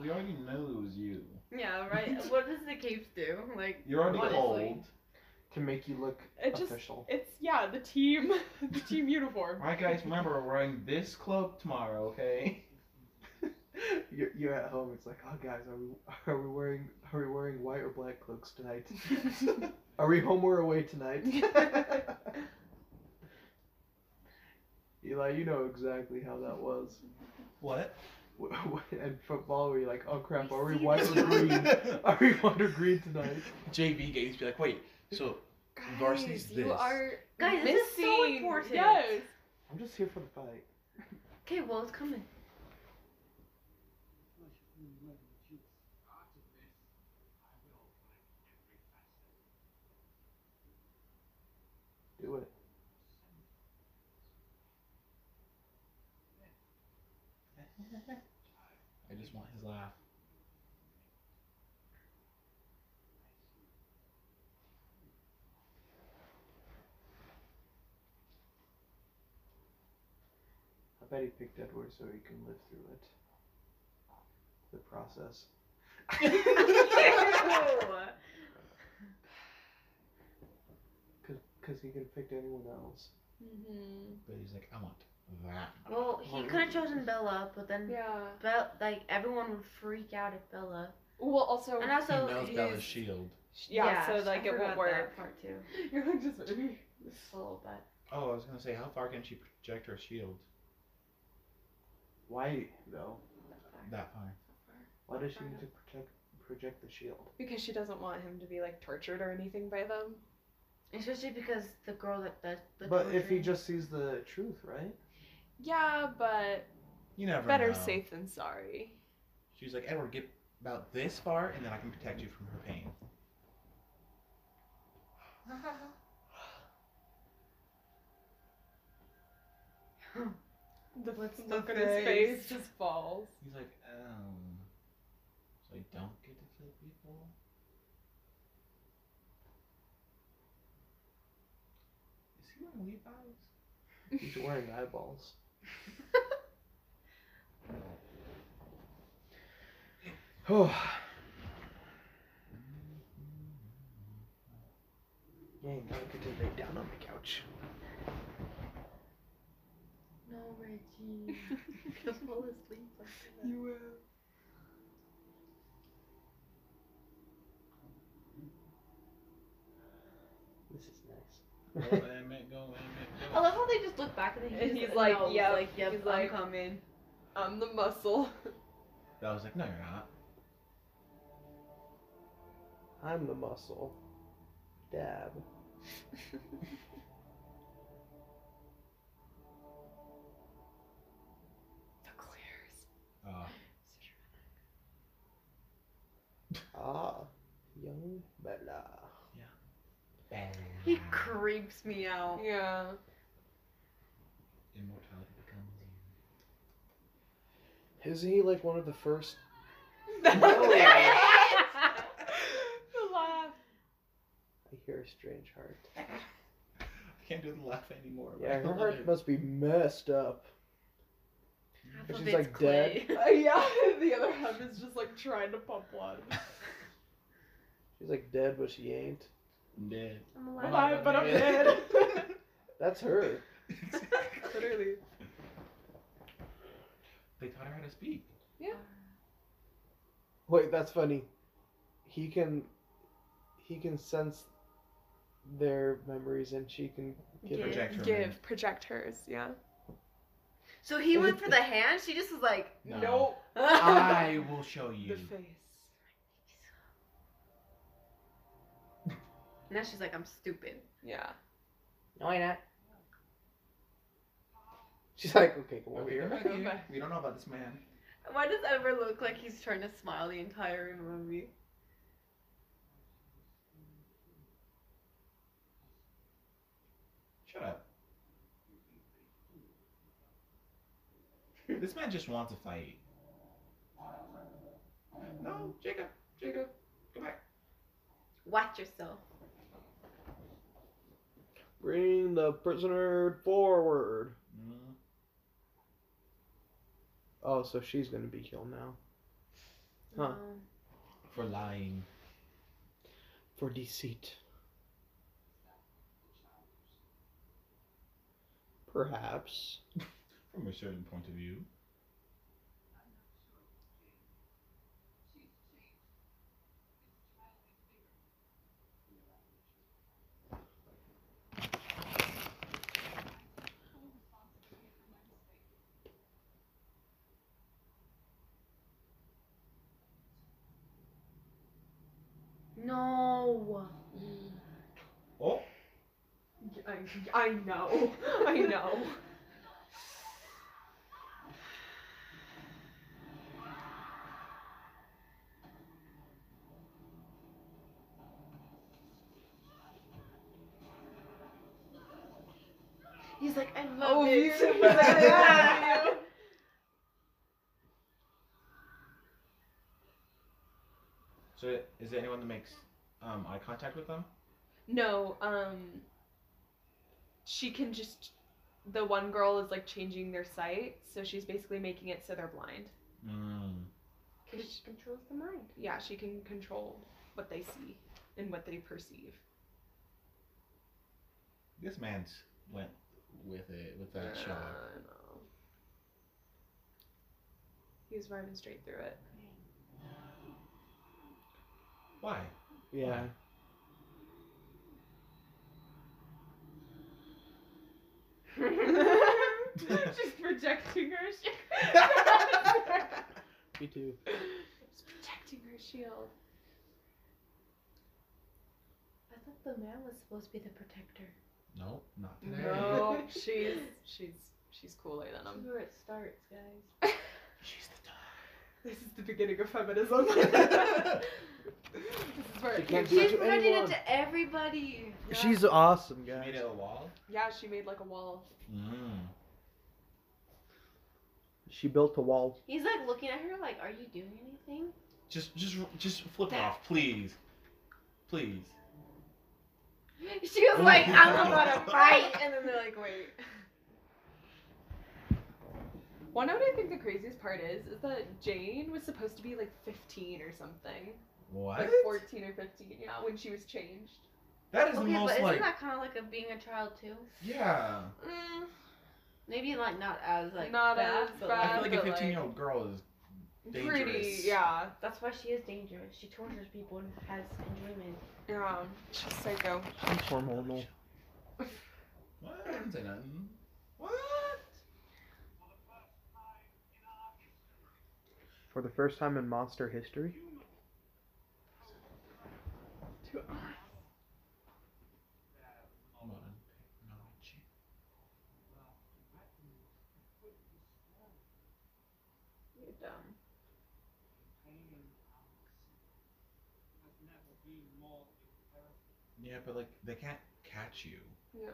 S4: We already know it was you.
S5: Yeah, right. what does the capes do? Like,
S4: You're already
S5: Honestly.
S4: old.
S3: To make you look
S2: It just-
S3: official.
S2: It's yeah, the team, the team uniform.
S4: My guys, remember we're wearing this cloak tomorrow, okay?
S3: You're, you're at home. It's like, oh guys, are we are we wearing are we wearing white or black cloaks tonight? are we home or away tonight? Eli, you know exactly how that was.
S4: What?
S3: W- w- In football, we're like, oh crap, are we white or green? Are we white or green tonight?
S4: JV games be like, wait, so Varsity's
S2: Guys,
S4: this.
S2: You are
S5: Guys,
S2: missing.
S5: this is so important.
S2: Yes.
S3: I'm just here for the fight.
S5: okay, well, it's coming.
S3: Do it.
S4: I just want his laugh.
S3: I bet he picked Edward so he can live through it. The process.
S5: Ew.
S3: Cause,
S8: because he could have picked anyone else.
S2: Mm-hmm.
S4: But he's like, I want that.
S5: Well, he could have chosen Bella, but then
S2: Yeah.
S5: Bella, like everyone would freak out at Bella.
S2: Well, also.
S4: He
S5: And also,
S4: knows
S5: he's-
S4: Bella's shield.
S2: yeah,
S5: yes,
S2: so like
S5: I
S2: it won't
S5: forgot that
S2: work.
S5: Part two.
S2: You're like just maybe.
S5: This little bit.
S4: Oh, I was gonna say, how far can she project her shield?
S8: Why though?
S4: That far.
S8: Why does she need to protect project the shield?
S2: Because she doesn't want him to be like tortured or anything by them.
S5: Especially because the girl that does the.
S8: But if he
S5: torturing-
S8: just sees the truth, right?
S2: Yeah, but
S4: You never
S2: better
S4: know.
S2: safe than sorry.
S4: She's like, Edward, get about this far, and then I can protect you from her pain.
S2: The
S5: What's
S2: look
S5: the
S2: on his
S5: face?
S2: face just falls.
S4: He's like, um. So you don't get to kill people? Is he wearing Levi's?
S8: He's wearing eyeballs.
S3: Oh,
S8: Yay, now I could just lay down on the couch.
S5: No, Reggie. He'll fall asleep. after that.
S2: You will.
S8: This is nice.
S4: Go, Emmett, go, Emmett,
S5: I
S4: go.
S5: love how they just look back at him.
S2: And he's like,
S5: no,
S2: yep,
S5: like, yep,
S2: he's
S5: I'm
S2: like-
S5: coming.
S2: I'm the muscle.
S4: I was like, no, you're not.
S8: I'm the muscle. Dab.
S2: the glares.
S4: Oh.
S8: Ah, young Bella.
S5: He creeps me out.
S2: Yeah.
S4: Immortality becomes you.
S3: is he like one of the first?
S2: the laugh.
S8: I hear a strange heart.
S4: I can't do the laugh anymore. but I
S3: Yeah, her
S4: love
S3: heart
S4: it.
S3: must be messed up.
S5: Half
S3: But
S5: of
S3: she's,
S5: it's
S3: like, dead.
S5: clay.
S2: Uh, yeah, the other half is just like trying to pump blood.
S3: She's like dead, but she ain't.
S4: I'm dead.
S5: I'm
S4: I'm
S5: alive.
S2: Alive, but I'm dead.
S3: That's her.
S2: Literally.
S4: they taught her how to speak.
S3: Wait, that's funny. He can, he can sense their memories, and she can give. it.
S5: Give.
S4: Project her. in.
S2: Give, project hers, yeah.
S5: So he went for the hand. She just was like,
S4: No.
S2: Nope.
S3: Ah.
S4: I will show
S2: the
S4: you.
S2: face.
S5: now she's like, I'm stupid.
S2: Yeah.
S3: No, I not. She's like, okay, come over
S4: Okay,
S3: here.
S4: come back here. We don't know about this man.
S5: Why does Ever look like he's trying to smile the entire movie?
S4: Shut up. this man just wants to fight. No, Jacob, Jacob, come back.
S5: Watch yourself.
S3: Bring the prisoner forward.
S4: Mm,
S3: Oh, so she's gonna be killed now Huh.
S5: Um,
S4: For lying.
S3: for deceit. Perhaps.
S4: From a certain point of view.
S5: no.
S4: Oh,
S2: I, I know. I know.
S5: He's like, I love
S2: Oh,
S5: it.
S2: you- he's like, "I love
S4: so is there anyone that makes um, eye contact with them?
S2: No, um she can just the one girl is like changing their sight, so she's basically making it so they're blind.
S4: Mm.
S2: 'Cause she-
S5: She controls the mind.
S2: yeah, she can control what they see and what they perceive.
S4: This man's went with it with
S2: Uh,
S4: that show.
S2: no. He was running straight through it.
S4: Why?
S3: Yeah.
S2: She's projecting her shield.
S8: Me too.
S2: She's projecting her shield.
S5: I thought the man was supposed to be the protector.
S4: No, not today.
S1: No, she's
S2: She's she's cooler than
S5: This is
S2: him.
S5: where it starts, guys.
S4: She's the
S2: This is the beginning of feminism. this is where
S8: She
S2: it
S8: can't
S2: came.
S8: do it
S5: She's
S8: to
S5: running
S8: anyone.
S5: into everybody.
S3: She's awesome,
S4: dog. She
S3: guys.
S4: made it a wall.
S2: Yeah, she made like a wall.
S4: Mm.
S3: She built a wall.
S5: He's like looking at her like, are you doing anything?
S4: Just, just, just flip it off, please, please.
S5: She was like, I'm about to fight. And then they're like, wait.
S2: One out, I think the craziest part is is that Jane was supposed to be like 15 or something,
S4: What?
S2: like 14 or 15. Yeah, when she was changed.
S4: That is the
S5: Okay, but
S4: most
S5: isn't
S4: like,
S5: that kind of like a being a child too?
S4: yeah.
S2: Mm,
S5: Maybe like not as like
S2: Not
S5: bad,
S2: as
S5: Uh, but,
S2: bad.
S4: I feel like a
S2: but, like,
S4: 15 year old girl is
S2: pretty,
S4: dangerous.
S2: yeah,
S5: That's why she is dangerous. She tortures people and has enjoyment.
S2: yeah.
S5: Um,
S2: She's psycho.
S3: She's hormonal.
S4: What? I didn't say nothing. What?
S3: For the first time in monster history.
S4: Hold on. Technology.
S5: You're dumb.
S4: Yeah, but like they can't catch you.
S2: Yeah.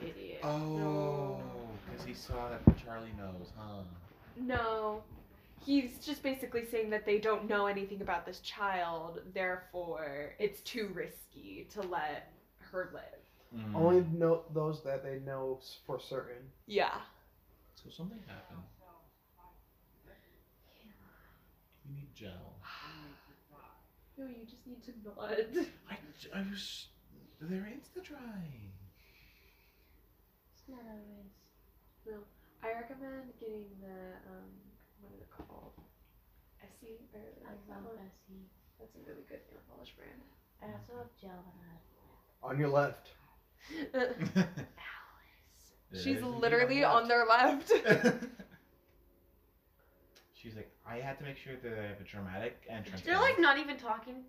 S5: Idiot.
S4: Oh, because he saw that Charlie knows, huh?
S2: No. He's just basically saying that they don't know anything about this child, therefore it's too risky to let her live.
S4: Mm.
S8: Only
S3: Mm.
S8: know those that they know s- for certain.
S2: Yeah.
S4: So something happened. You need gel.
S2: No, you just need to nod.
S4: I, I was. They're insta drying.
S5: It's not always.
S2: I recommend getting the um what is it called? Essie or
S5: I
S2: like that
S5: love
S2: one.
S5: Essie.
S2: That's a really good nail polish brand.
S5: I also have gel and
S8: On your left.
S2: She's literally on their left.
S4: She's like, I had to make sure that I have a dramatic entrance.
S5: They're like not even talking.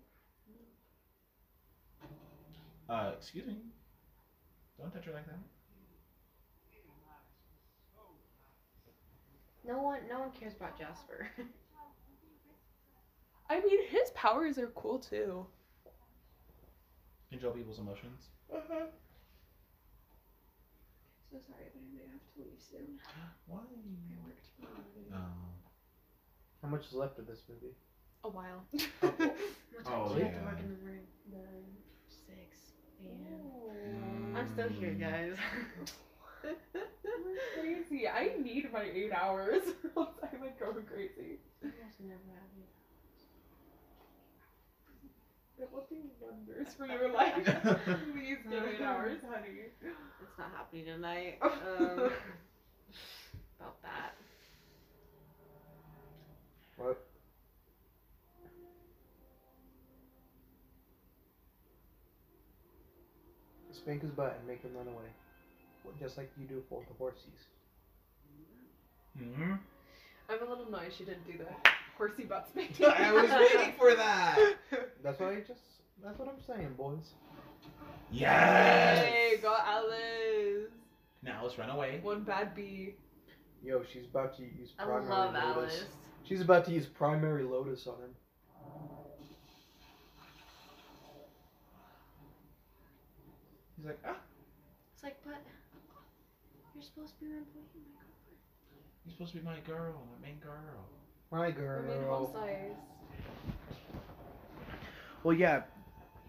S4: uh, excuse me. Don't touch her like that.
S5: No one, no one cares about Jasper.
S2: I mean his powers are cool too.
S4: Control people's emotions.
S2: So sorry, but I'm gonna have to leave soon.
S4: Why?
S2: I worked for a living.
S4: Oh.
S8: How much is left of this movie?
S2: a while.
S5: What time
S4: Oh,
S5: do you have to
S4: yeah.
S5: work in the morning? Nine, six a.m. I'm still here,
S4: Mm.
S5: guys.
S2: crazy. I need my eight hours. or else I'm like going crazy.
S5: Almost never have you.
S2: It will do wonders for your life. Please give eight hours, honey.
S5: It's not happening tonight. Um, about that.
S8: What? Spank his butt and make him run away. Wh- Just like you do for the horsies.
S4: hmm
S2: I'm a little annoyed she didn't do the horsey butt spanking.
S4: I was waiting for that.
S8: That's what I just. That's what I'm saying, boys.
S4: Yes.
S2: Hey, go Alice.
S4: Now let's run away.
S2: One bad bee.
S8: Yo, she's about to use
S5: I
S8: primary
S5: love
S8: lotus.
S5: Alice.
S8: She's about to use primary lotus on him.
S4: He's like, ah,
S5: It's like, but you're supposed to be my employee, my girlfriend.
S4: you're supposed to be my girl, my main girl.
S8: My
S2: I mean,
S8: girl.
S2: home size.
S3: Well, yeah.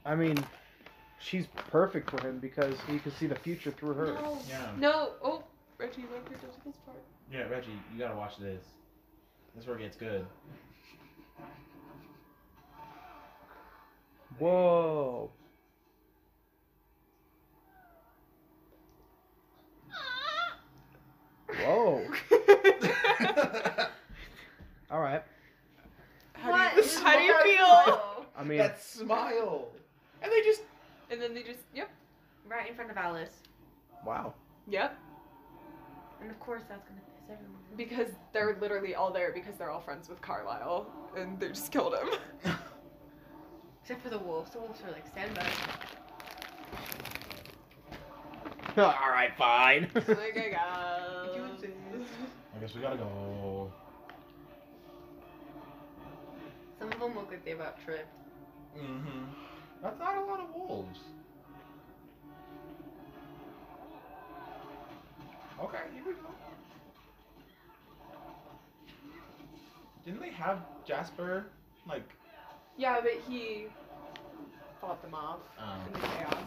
S3: I mean, she's perfect for him because he can see the future through her.
S2: No.
S4: Yeah.
S2: No. Oh, Reggie, you want to this part?
S4: Yeah, Reggie, you gotta watch this. That's where it gets good.
S9: Whoa. Whoa. All right.
S5: What?
S2: How do you
S5: Smart
S2: feel?
S5: girl.
S9: I mean,
S4: That smile.
S10: And they just
S2: And then they just, yep,
S5: Right in front of Alice.
S9: wow.
S2: yep,
S5: And of course that's gonna piss everyone off.
S2: because they're literally all there because they're all friends with Carlisle, and they just killed him.
S5: Except for the wolves. The wolves are like standby.
S9: All right, fine.
S2: like, I got.
S4: I guess we gotta go.
S5: Some of them look like they about tripped.
S4: Mm-hmm. That's not a lot of wolves. Okay, here we go. Didn't they have Jasper? Like,
S2: Yeah, but he fought them off
S4: um.
S2: in the chaos.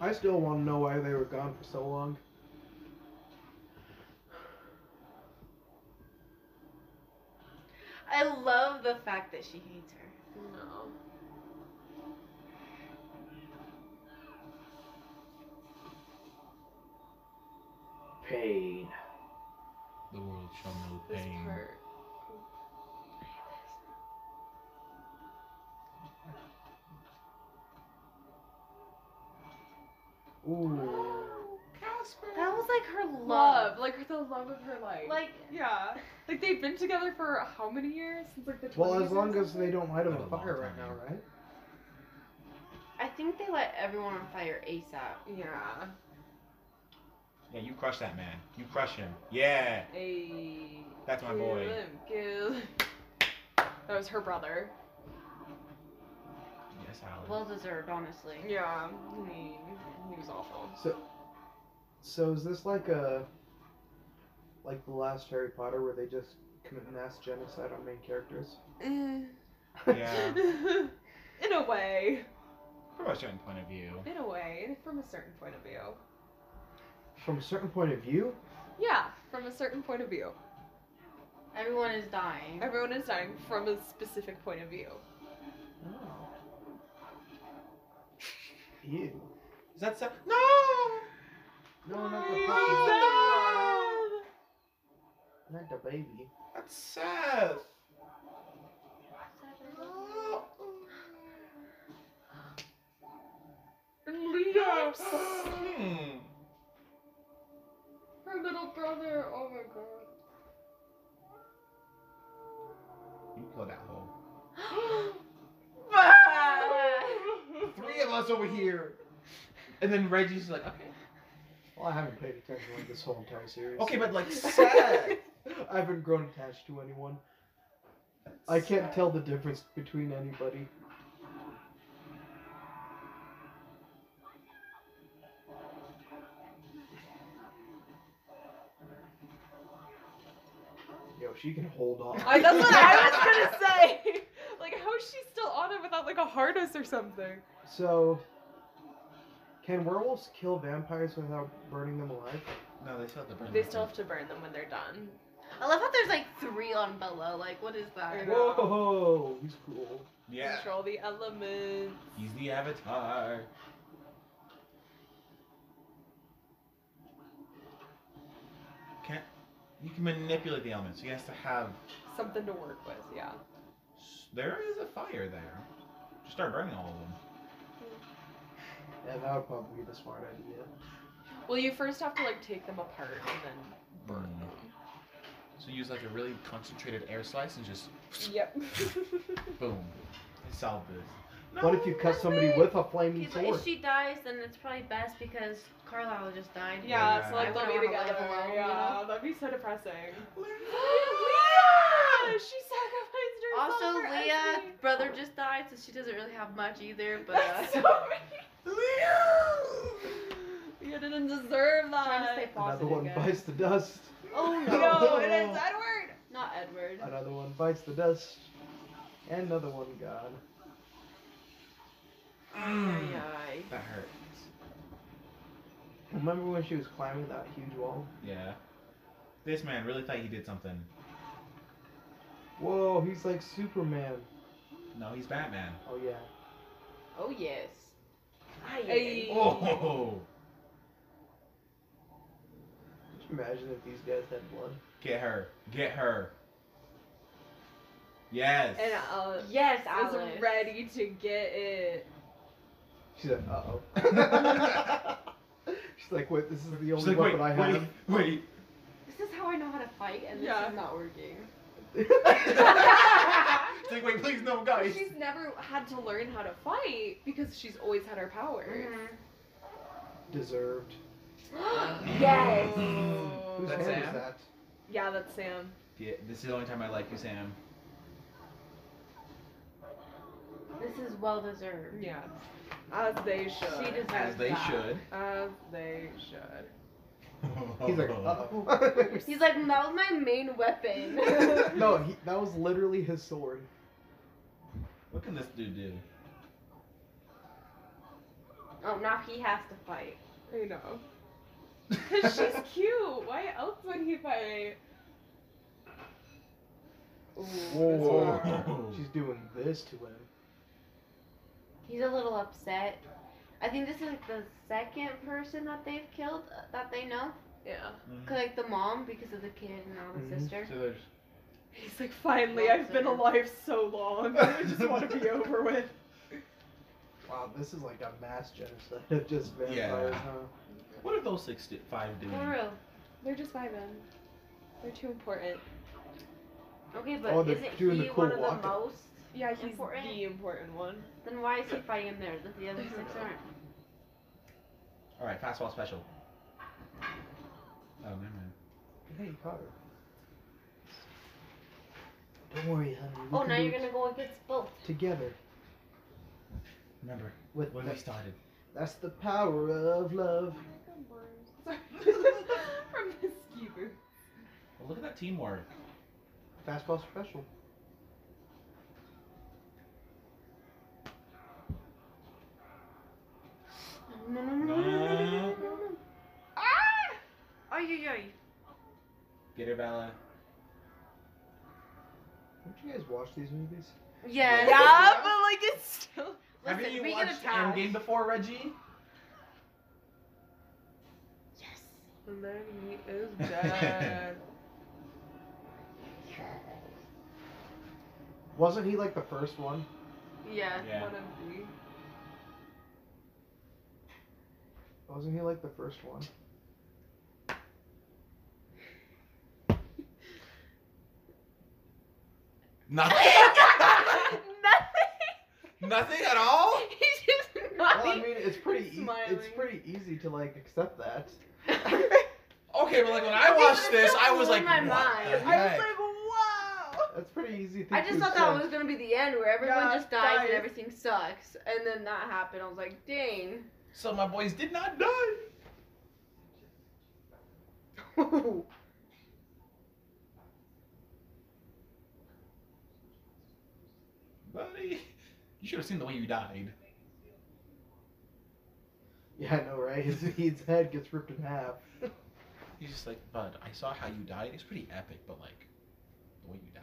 S3: I still want to know why they were gone for so long.
S5: I love the fact that she hates her.
S2: No.
S9: Pain.
S4: the world shall know
S2: This
S4: pain.
S2: part.
S3: Ooh.
S5: That was like her
S2: Love,
S5: love.
S2: like the love of her life.
S5: Like
S2: yeah. Like they've been together for how many years? Since like the
S3: Well,
S2: 20s
S3: as
S2: or
S3: long as
S2: something?
S3: they don't light them
S4: Not
S3: on
S4: a long
S3: fire right
S4: time.
S3: now, right?
S5: I think they let everyone on fire ASAP.
S2: Yeah.
S4: Yeah, you crush that man. You crush him. Yeah.
S2: Hey.
S4: That's my boy.
S2: Kill him, kill him. That was her brother.
S4: Yes, Alan.
S5: Well deserved, honestly.
S2: Yeah. I mean, he was awful.
S3: So, so is this like a, like the last Harry Potter where they just commit mass genocide on main characters?
S4: yeah.
S2: in a way.
S4: From a certain point of view.
S2: In a way. From a certain point of view.
S3: From a certain point of view,
S2: Yeah, from a certain point of view.
S5: Everyone is dying.
S2: Everyone is dying from a specific point of view.
S3: ew.
S4: Is that so?
S2: No!
S3: No, not the puppy.
S2: Oh,
S3: Not the baby.
S4: That's Seth.
S5: Liam.
S4: Hmm.
S5: Her little brother. Oh my god.
S4: You kill that hole.
S2: Three
S4: Three of us over here. And then Reggie's like, okay.
S3: Well, I haven't paid attention like this whole entire series.
S4: Okay, but like Seth.
S3: I haven't grown attached to anyone. I can't tell the difference between anybody. Yo, she can hold on.
S2: I, that's what I was gonna say. Like, how is she still on it without like a harness or something?
S3: So, can werewolves kill vampires without burning them alive?
S4: No, they still have to burn.
S2: They
S4: that
S2: still
S4: one.
S2: have to burn them when they're done.
S5: I love how there's like three on Bella. Like, what is
S2: I
S5: that?
S2: know.
S3: Whoa, he's cool.
S4: Yeah.
S2: Control the elements.
S4: He's the Avatar. Can't. You can manipulate the elements. He has to have.
S2: Something to work with, yeah.
S4: There is a fire there. Just start burning all of them.
S3: Yeah, that would probably be the smart idea.
S2: Well, you first have to like take them apart and then
S4: Burn
S3: Mm.
S4: them. So use like a really concentrated air slice and just
S2: Yep.
S4: boom. And solve this.
S3: what if you cut somebody with a flaming
S5: People,
S3: sword?
S5: if she dies, then it's probably best because Carlisle just died.
S2: yeah,
S4: Yeah.
S2: so like
S5: I
S2: they'll
S5: wouldn't
S2: be
S5: wanna
S2: together.
S5: live alone, you
S2: yeah, that'd be so depressing.
S5: Leah!
S2: Leah! She sacrificed herself.
S5: Also,
S2: for
S5: Leah,
S2: Esme.
S5: brother just died, so she doesn't really have much either. But uh,
S2: That's so mean. Leah didn't deserve
S5: trying to
S2: that.
S5: stay
S3: Another
S5: positive.
S3: one
S5: guys.
S3: bites the dust.
S5: Oh no.
S2: No, it is Edward.
S5: Not Edward.
S3: Another one bites the dust. And another one gone.
S5: Ay, ay, ay.
S4: That hurt.
S3: Remember when she was climbing that huge wall?
S4: Yeah. This man really thought he did something.
S3: Whoa, he's like Superman.
S4: No, he's Batman.
S3: Oh yeah.
S5: Oh yes.
S2: Hey.
S4: Oh.
S3: Could you imagine if these guys had blood?
S4: Get her. Get her. Yes.
S2: And Alice
S5: Yes,
S2: is
S5: Alice.
S2: ready to get it.
S3: She's like, uh
S2: uh,
S3: oh. She's like, wait, this is the only
S4: She's like,
S3: weapon
S4: wait,
S3: I
S4: wait,
S3: have.
S4: wait.
S5: This is how I know how to fight, and this
S2: Yeah.
S5: is not working.
S4: She's like, wait, please, no, guys.
S2: She's never had to learn how to fight because she's always had her powers.
S3: Deserved.
S5: yes.
S3: Whose
S4: Mm. That's
S3: hand
S4: Sam?
S3: is that?
S2: Yeah, that's Sam.
S4: Yeah, this is the only time I like you, Sam.
S5: This is well deserved.
S2: Yeah. As they should.
S5: She deserves
S4: As they
S5: that.
S4: should.
S2: As they should.
S3: He's like, uh oh.
S5: He's like, that was my main weapon.
S3: no, he, that was literally his sword.
S4: what can this dude do?
S5: oh, now he has to fight.
S2: I know. Because she's cute. Why else would he fight? Ooh, this one.
S3: She's doing this to him.
S5: He's a little upset. I think this is like the second person that they've killed uh, that they know.
S2: Yeah.
S4: Mm-hmm.
S5: 'Cause, like the mom because of the kid and now the
S3: Mhm.
S5: sister.
S4: So there's
S2: He's like, finally, I've been alive so long. I just want to be over with.
S3: Wow, this is like a mass genocide of just vampires,
S4: Yeah.
S3: huh?
S4: What are those six di- five doing?
S5: For real.
S2: They're just by them. They're too important.
S5: Okay, but
S3: Oh, they're
S5: isn't
S3: doing the
S5: he
S3: cool
S5: one of the
S3: walk.
S5: most?
S2: Yeah, he's
S5: Important.
S2: the important one.
S5: Then why is he fighting him there that the other six aren't?
S4: All right, fastball special. Oh, never mind.
S3: Hey, you caught her. Don't worry, honey. we
S5: Oh,
S3: can
S5: now
S3: do
S5: you're
S3: it
S5: gonna go against both.
S3: together
S4: Remember
S3: with
S4: when
S3: the-
S4: we started.
S3: That's the power of love.
S2: Sorry. From the ski booth.
S4: Well, look at that teamwork.
S3: Fastball special.
S5: No, no, no, no, no, no, no, no, no. Ah! Ay, ay, ay.
S4: Get her, Bella.
S3: Don't you guys watch these movies?
S5: Yes.
S2: Yeah, but like it's still.
S4: Haven't
S5: Listen,
S4: you
S5: we get
S4: watched
S5: attacked.
S4: Endgame before, Reggie?
S5: Yes.
S2: Lenny is dead.
S3: Wasn't he like the first one?
S5: Yeah.
S4: Yeah.
S2: One of the.
S3: Wasn't he like the first one?
S11: Nothing.
S2: Nothing.
S11: Nothing at all.
S2: He's just
S3: Well, I
S2: nodding.
S3: mean, it's pretty. E- it's
S2: Smiling.
S3: pretty easy to like accept that.
S11: Okay, but like when
S5: Okay,
S11: I
S5: but
S11: watched
S5: it
S11: this,
S5: still
S11: I was
S5: blew
S11: like,
S5: my
S11: what
S5: mind.
S11: the
S2: I was
S11: heck?
S2: like, wow.
S3: That's pretty easy. Thing
S5: I just
S3: to
S5: thought that was
S3: accept.
S5: gonna be the end where everyone
S2: Yeah,
S5: just dies
S2: dies.
S5: and everything sucks, and then that happened. I was like, dang.
S11: so my boys did not die.
S4: Buddy. You should have seen the way you died.
S3: Yeah, I know, right? His, his head gets ripped in half.
S4: He's just like, Bud, I saw how you died. It's pretty epic, but like, the way you died.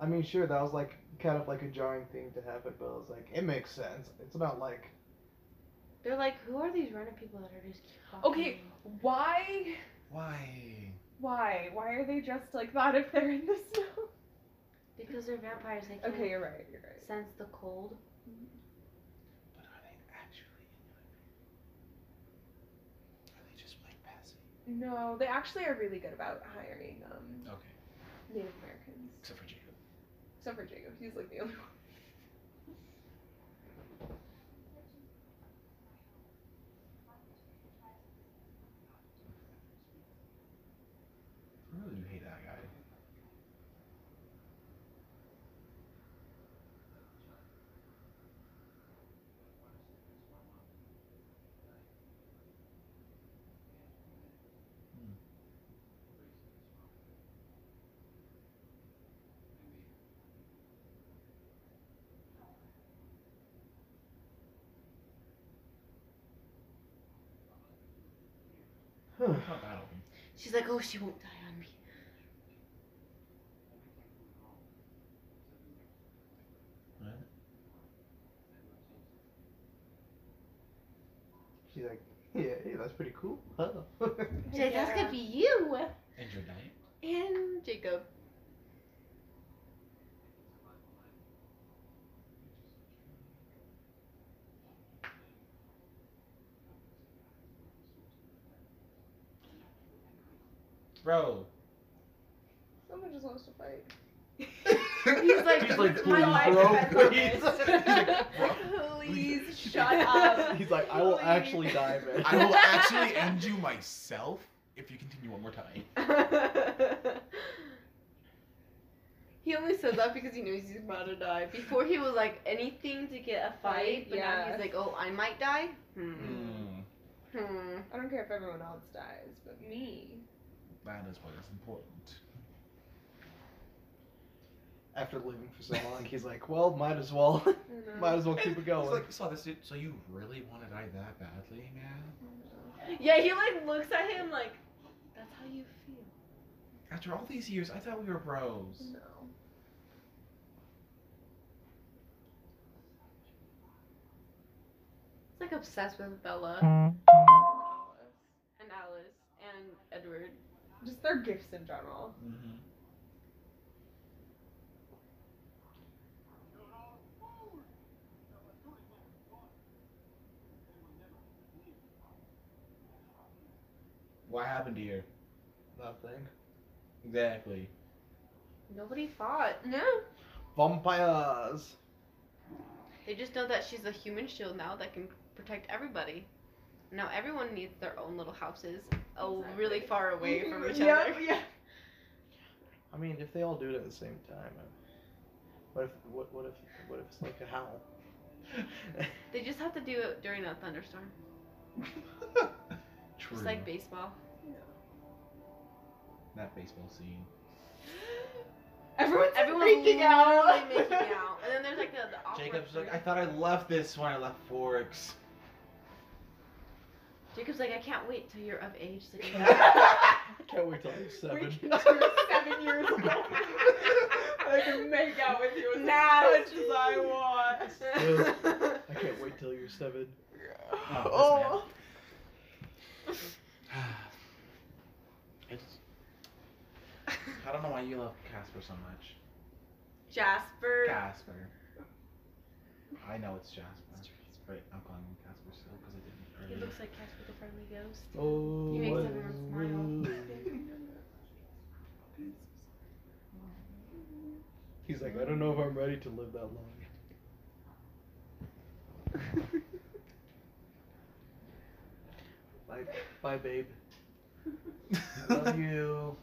S3: I mean, sure, that was like kind of like a jarring thing to happen, but I was like, it makes sense. It's not like
S5: They're like, who are these random people that are just keep fucking
S2: Okay, why?
S4: Why?
S2: Why? Why are they dressed like that if they're in the snow?
S5: Because they're vampires. They can't
S2: Okay, you're right. You're right.
S5: sense the cold.
S4: But are they actually in your Are they just like passing?
S2: No, they actually are really good about hiring um,
S4: Okay.
S2: Native Americans.
S4: Except for Jacob.
S2: Except for Jacob, he's like the only one.
S4: I really do hate that guy. It's not that open.
S5: She's like, oh, she won't die on me.
S12: She's like, yeah, hey, that's pretty cool. Huh?
S5: She's like, that's gonna be you
S4: And your diet?
S5: and Jacob.
S4: Bro.
S2: Someone just wants to fight.
S5: He's like,
S3: He's like,
S5: my
S3: "Please,
S5: life
S3: bro,
S5: depends on
S3: please."
S5: this. Please shut up.
S3: He's like, I will
S5: Please.
S3: actually die, man.
S13: I will actually end you myself
S4: If you continue one more time.
S5: he only said that because he knows he's about to die. Before he was like anything to get a fight, but now
S2: Yeah.
S5: he's like, oh, I might die. Hmm.
S4: Mm,
S5: Hmm.
S2: I don't care if everyone else dies, but me.
S4: that is what is important.
S3: After living for so long, he's like, well, might as well,
S5: Hmm.
S3: might as well keep it going.
S4: He's like, saw this dude. So you really want to die that badly, man?
S5: Yeah, he like looks at him like, that's how you feel.
S4: After all these years, I thought we were bros.
S2: No.
S5: He's like obsessed with Bella and Alice and Edward.
S2: Just their gifts in general.
S4: Mm-hmm. What happened here?
S3: Nothing.
S4: Exactly.
S5: Nobody fought. No.
S3: Vampires.
S5: They just know that she's a human shield now that can protect everybody. Now everyone needs their own little houses, oh, really
S2: Exactly.
S5: far away from each
S2: yeah,
S5: other.
S2: Yeah.
S3: I mean, if they all do it at the same time, I- what if what what if what if it's like a howl?
S5: They just have to do it during a thunderstorm,
S4: True.
S5: just like baseball.
S4: that baseball scene.
S2: Everyone's
S5: Everyone's
S2: freaking
S5: literally
S2: out.
S5: making out, and then there's like the, the awkward.
S4: Jacob's like,
S5: three.
S4: I thought I left this when I left Forks.
S5: Jacob's like, I can't wait till you're of age. He's Like,
S3: Can't wait till I'm
S2: We
S3: seven.
S2: can do seven years old. I can make out with you as much as I want.
S3: Ugh. I can't wait till you're seven.
S4: Oh,
S5: Oh.
S4: It's- I don't know why you love Casper so much.
S5: Jasper.
S4: Casper. I know it's Jasper, but I'm calling him Casper still because I
S5: He
S4: didn't
S5: looks like Casper the Friendly Ghost.
S3: Oh.
S5: He makes everyone
S3: He's like, I don't know if I'm ready to live that long. bye, bye, babe. Love you.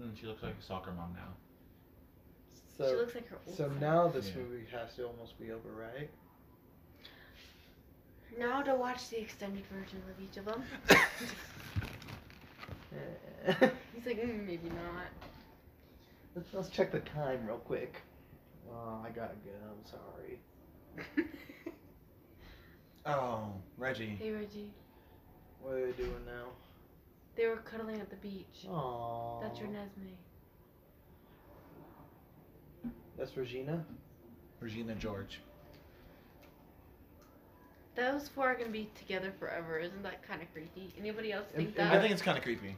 S4: Mm, she looks like a soccer mom now.
S3: So,
S5: she looks like her old
S3: so
S5: friend.
S3: now this
S4: Yeah.
S3: movie has to almost be over, right?
S5: Now to watch the extended version of each of them. He's like, mm, maybe not.
S3: let's, let's check the time real quick. Oh, I gotta go. I'm sorry.
S4: Oh, Reggie.
S5: hey Reggie,
S3: What are they doing now?
S5: they were cuddling at the beach.
S3: Oh,
S5: That's your Nesme.
S3: That's Regina.
S4: Regina George.
S5: Those four are gonna be together forever. Isn't that kind of creepy? Anybody else think
S3: Am-
S5: that?
S3: am
S4: I think it's kind of creepy.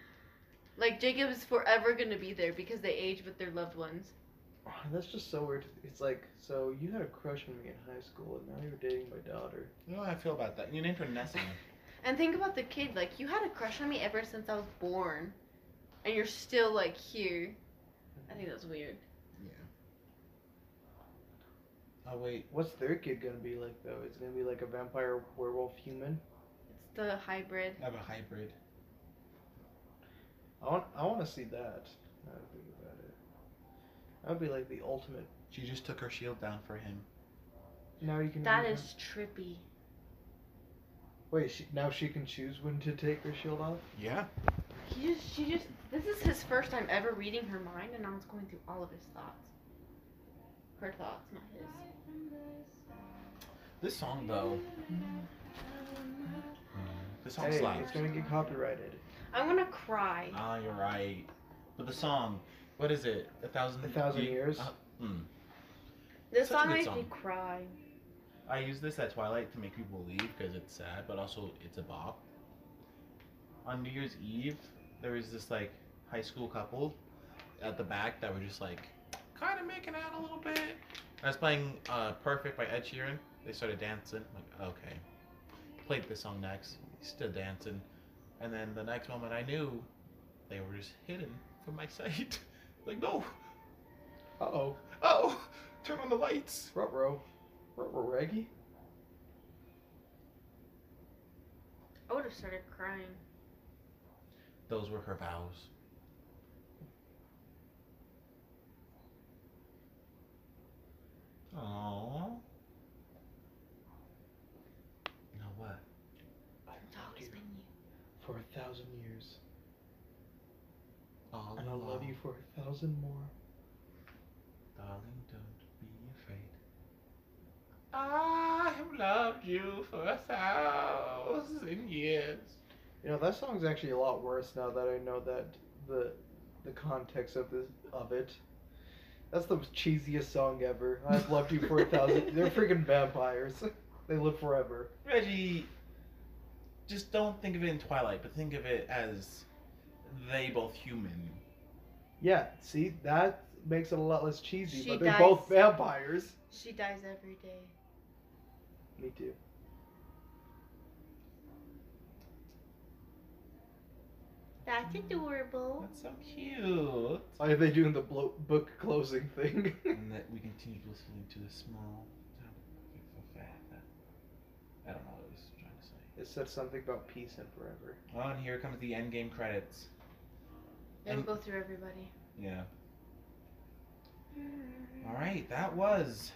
S5: like Jacob is forever gonna be there because they age with their loved ones.
S3: Oh, that's just so weird. It's like, so you had a crush on me in high school, and now you're dating my daughter.
S4: You know how I feel about that. You named her Nessa.
S5: And think about the kid. Like you had a crush on me ever since I was born, and you're still like here. I think that's weird.
S4: Oh wait,
S3: What's their kid gonna be like though? It's gonna be like a vampire werewolf human.
S5: It's the hybrid.
S4: I have a hybrid.
S3: I want, I want to see that. Now that I think about it. That would be like the ultimate.
S4: She just took her shield down for him.
S3: Now you can.
S5: That
S3: even-
S5: is trippy.
S3: Wait, she, now she can choose when to take her shield off.
S13: Yeah.
S5: He just, she just. This is his first time ever reading her mind, and I was going through all of his thoughts. Her thoughts, not his.
S4: This song though. This song
S3: Hey,
S4: slaps.
S3: it's gonna get copyrighted.
S5: I'm gonna cry.
S4: Ah, you're right. But the song, what is it? A thousand.
S3: A Thousand
S4: Ye-
S3: Years?
S4: Uh, mm.
S5: This
S4: Such a
S5: song
S4: good
S5: makes me
S4: song.
S5: cry.
S4: I use this at Twilight to make people leave because it's sad, but also it's a bop. On New Year's Eve, there was this like high school couple at the back that were just like kind of making out a little bit. I was playing uh, "Perfect" by Ed Sheeran. They started dancing. I'm like okay, played this song next. Still dancing, and then the next moment I knew they were just hidden from my sight. like no,
S3: Uh oh.
S4: oh, turn on the lights.
S3: Ruh row. Ruh row Reggie?
S5: I would have started crying.
S4: Those were her vows. Aww. Now what?
S5: It's always been you.
S3: For a thousand years.
S4: All
S3: And I'll love
S4: along,
S3: you for a thousand more.
S4: darling. Don't be afraid. I have loved you for a thousand years.
S3: You know, that song's actually a lot worse now that I know that the the context of this of it. That's the cheesiest song ever. I've loved you for a thousand they're freaking vampires. They live forever.
S4: Reggie, just don't think of it in Twilight, but think of it as they both human.
S3: Yeah, see, that makes it a lot less cheesy,
S5: She
S3: but they're
S5: dies.
S3: both vampires.
S5: She dies every day.
S3: Me too.
S5: That's adorable.
S4: That's so cute.
S3: Why are they doing the blo- book closing thing?
S4: and that we continue listening to the small I don't know what he's trying to say.
S3: it said something about peace and forever.
S4: Oh, and here comes the end game credits.
S5: It'll
S4: And-
S5: go through everybody.
S4: Yeah. All right, that was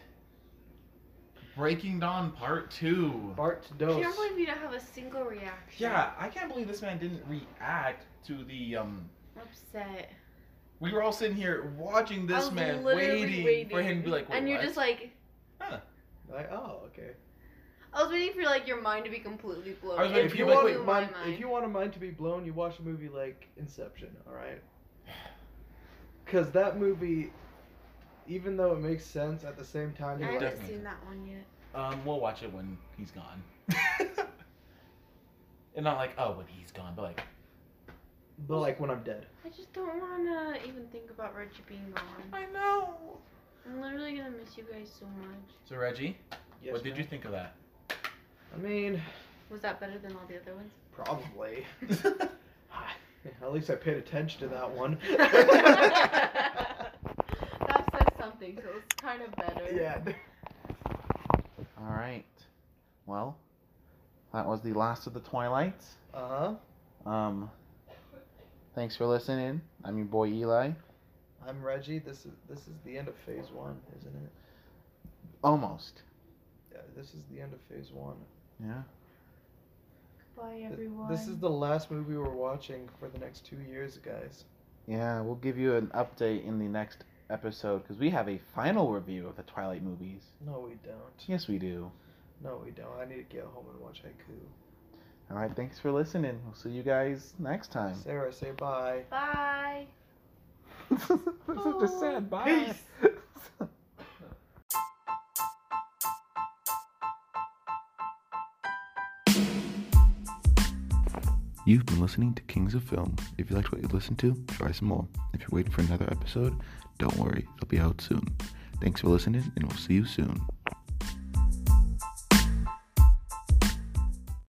S4: Breaking Dawn Part Two.
S3: Bart
S5: I
S3: Dos.
S5: can't believe you don't have a single reaction.
S4: Yeah, I can't believe this man didn't react to the. um
S5: I'm upset.
S4: We were all sitting here watching
S5: I
S4: this
S5: was
S4: man,
S5: literally
S4: waiting, for him to be like, Wait,
S5: and you're
S4: what?"
S5: just like,
S3: Like, oh, okay.
S5: I was waiting for like your mind to be completely blown.
S4: I was waiting
S5: It
S4: for you,
S5: blew
S4: like, wait,
S5: my
S3: mind,
S5: mind.
S3: if you want a mind to be blown, you watch a movie like Inception, all right? Because that movie, even though it makes sense, at the same time, you're
S5: I haven't
S3: like,
S4: Definitely.
S5: seen that one yet.
S4: Um, we'll watch it when he's gone. and not like, oh, when he's gone, but like,
S3: but like when I'm dead.
S5: I just don't wanna even think about Reggie being gone.
S4: I know.
S5: I'm literally gonna miss you guys so much.
S4: So Reggie,
S3: Yes,
S4: what did you
S3: ma'am.
S4: think of that?
S3: I mean,
S5: Was that better than all the other ones?
S3: probably. At least I paid attention to that one.
S5: That says something, so it's kind of better.
S3: yeah.
S14: All right. Well, that was the last of the Twilight.
S3: Uh huh.
S14: Um, thanks for listening. I'm your boy Eli.
S3: I'm Reggie. This is this is the end of phase one, isn't it?
S14: Almost.
S3: Yeah, this is the end of phase one.
S14: Yeah.
S5: Bye
S3: Th-
S5: everyone.
S3: This is the last movie we're watching for the next two years, guys.
S14: Yeah, we'll give you an update in the next episode because we have a final review of the Twilight movies.
S3: No, we don't.
S14: Yes, we do.
S3: No, we don't. I need to get home and watch Haiku.
S14: All right. Thanks for listening. We'll see you guys next time.
S3: Sarah, say bye.
S5: Bye.
S14: this is just
S4: Oh,
S14: sad. Bye.
S15: You've been listening to Kings of Film. If you liked what you listened to, try some more. If you're waiting for another episode, don't worry, it'll be out soon. Thanks for listening, and we'll see you soon.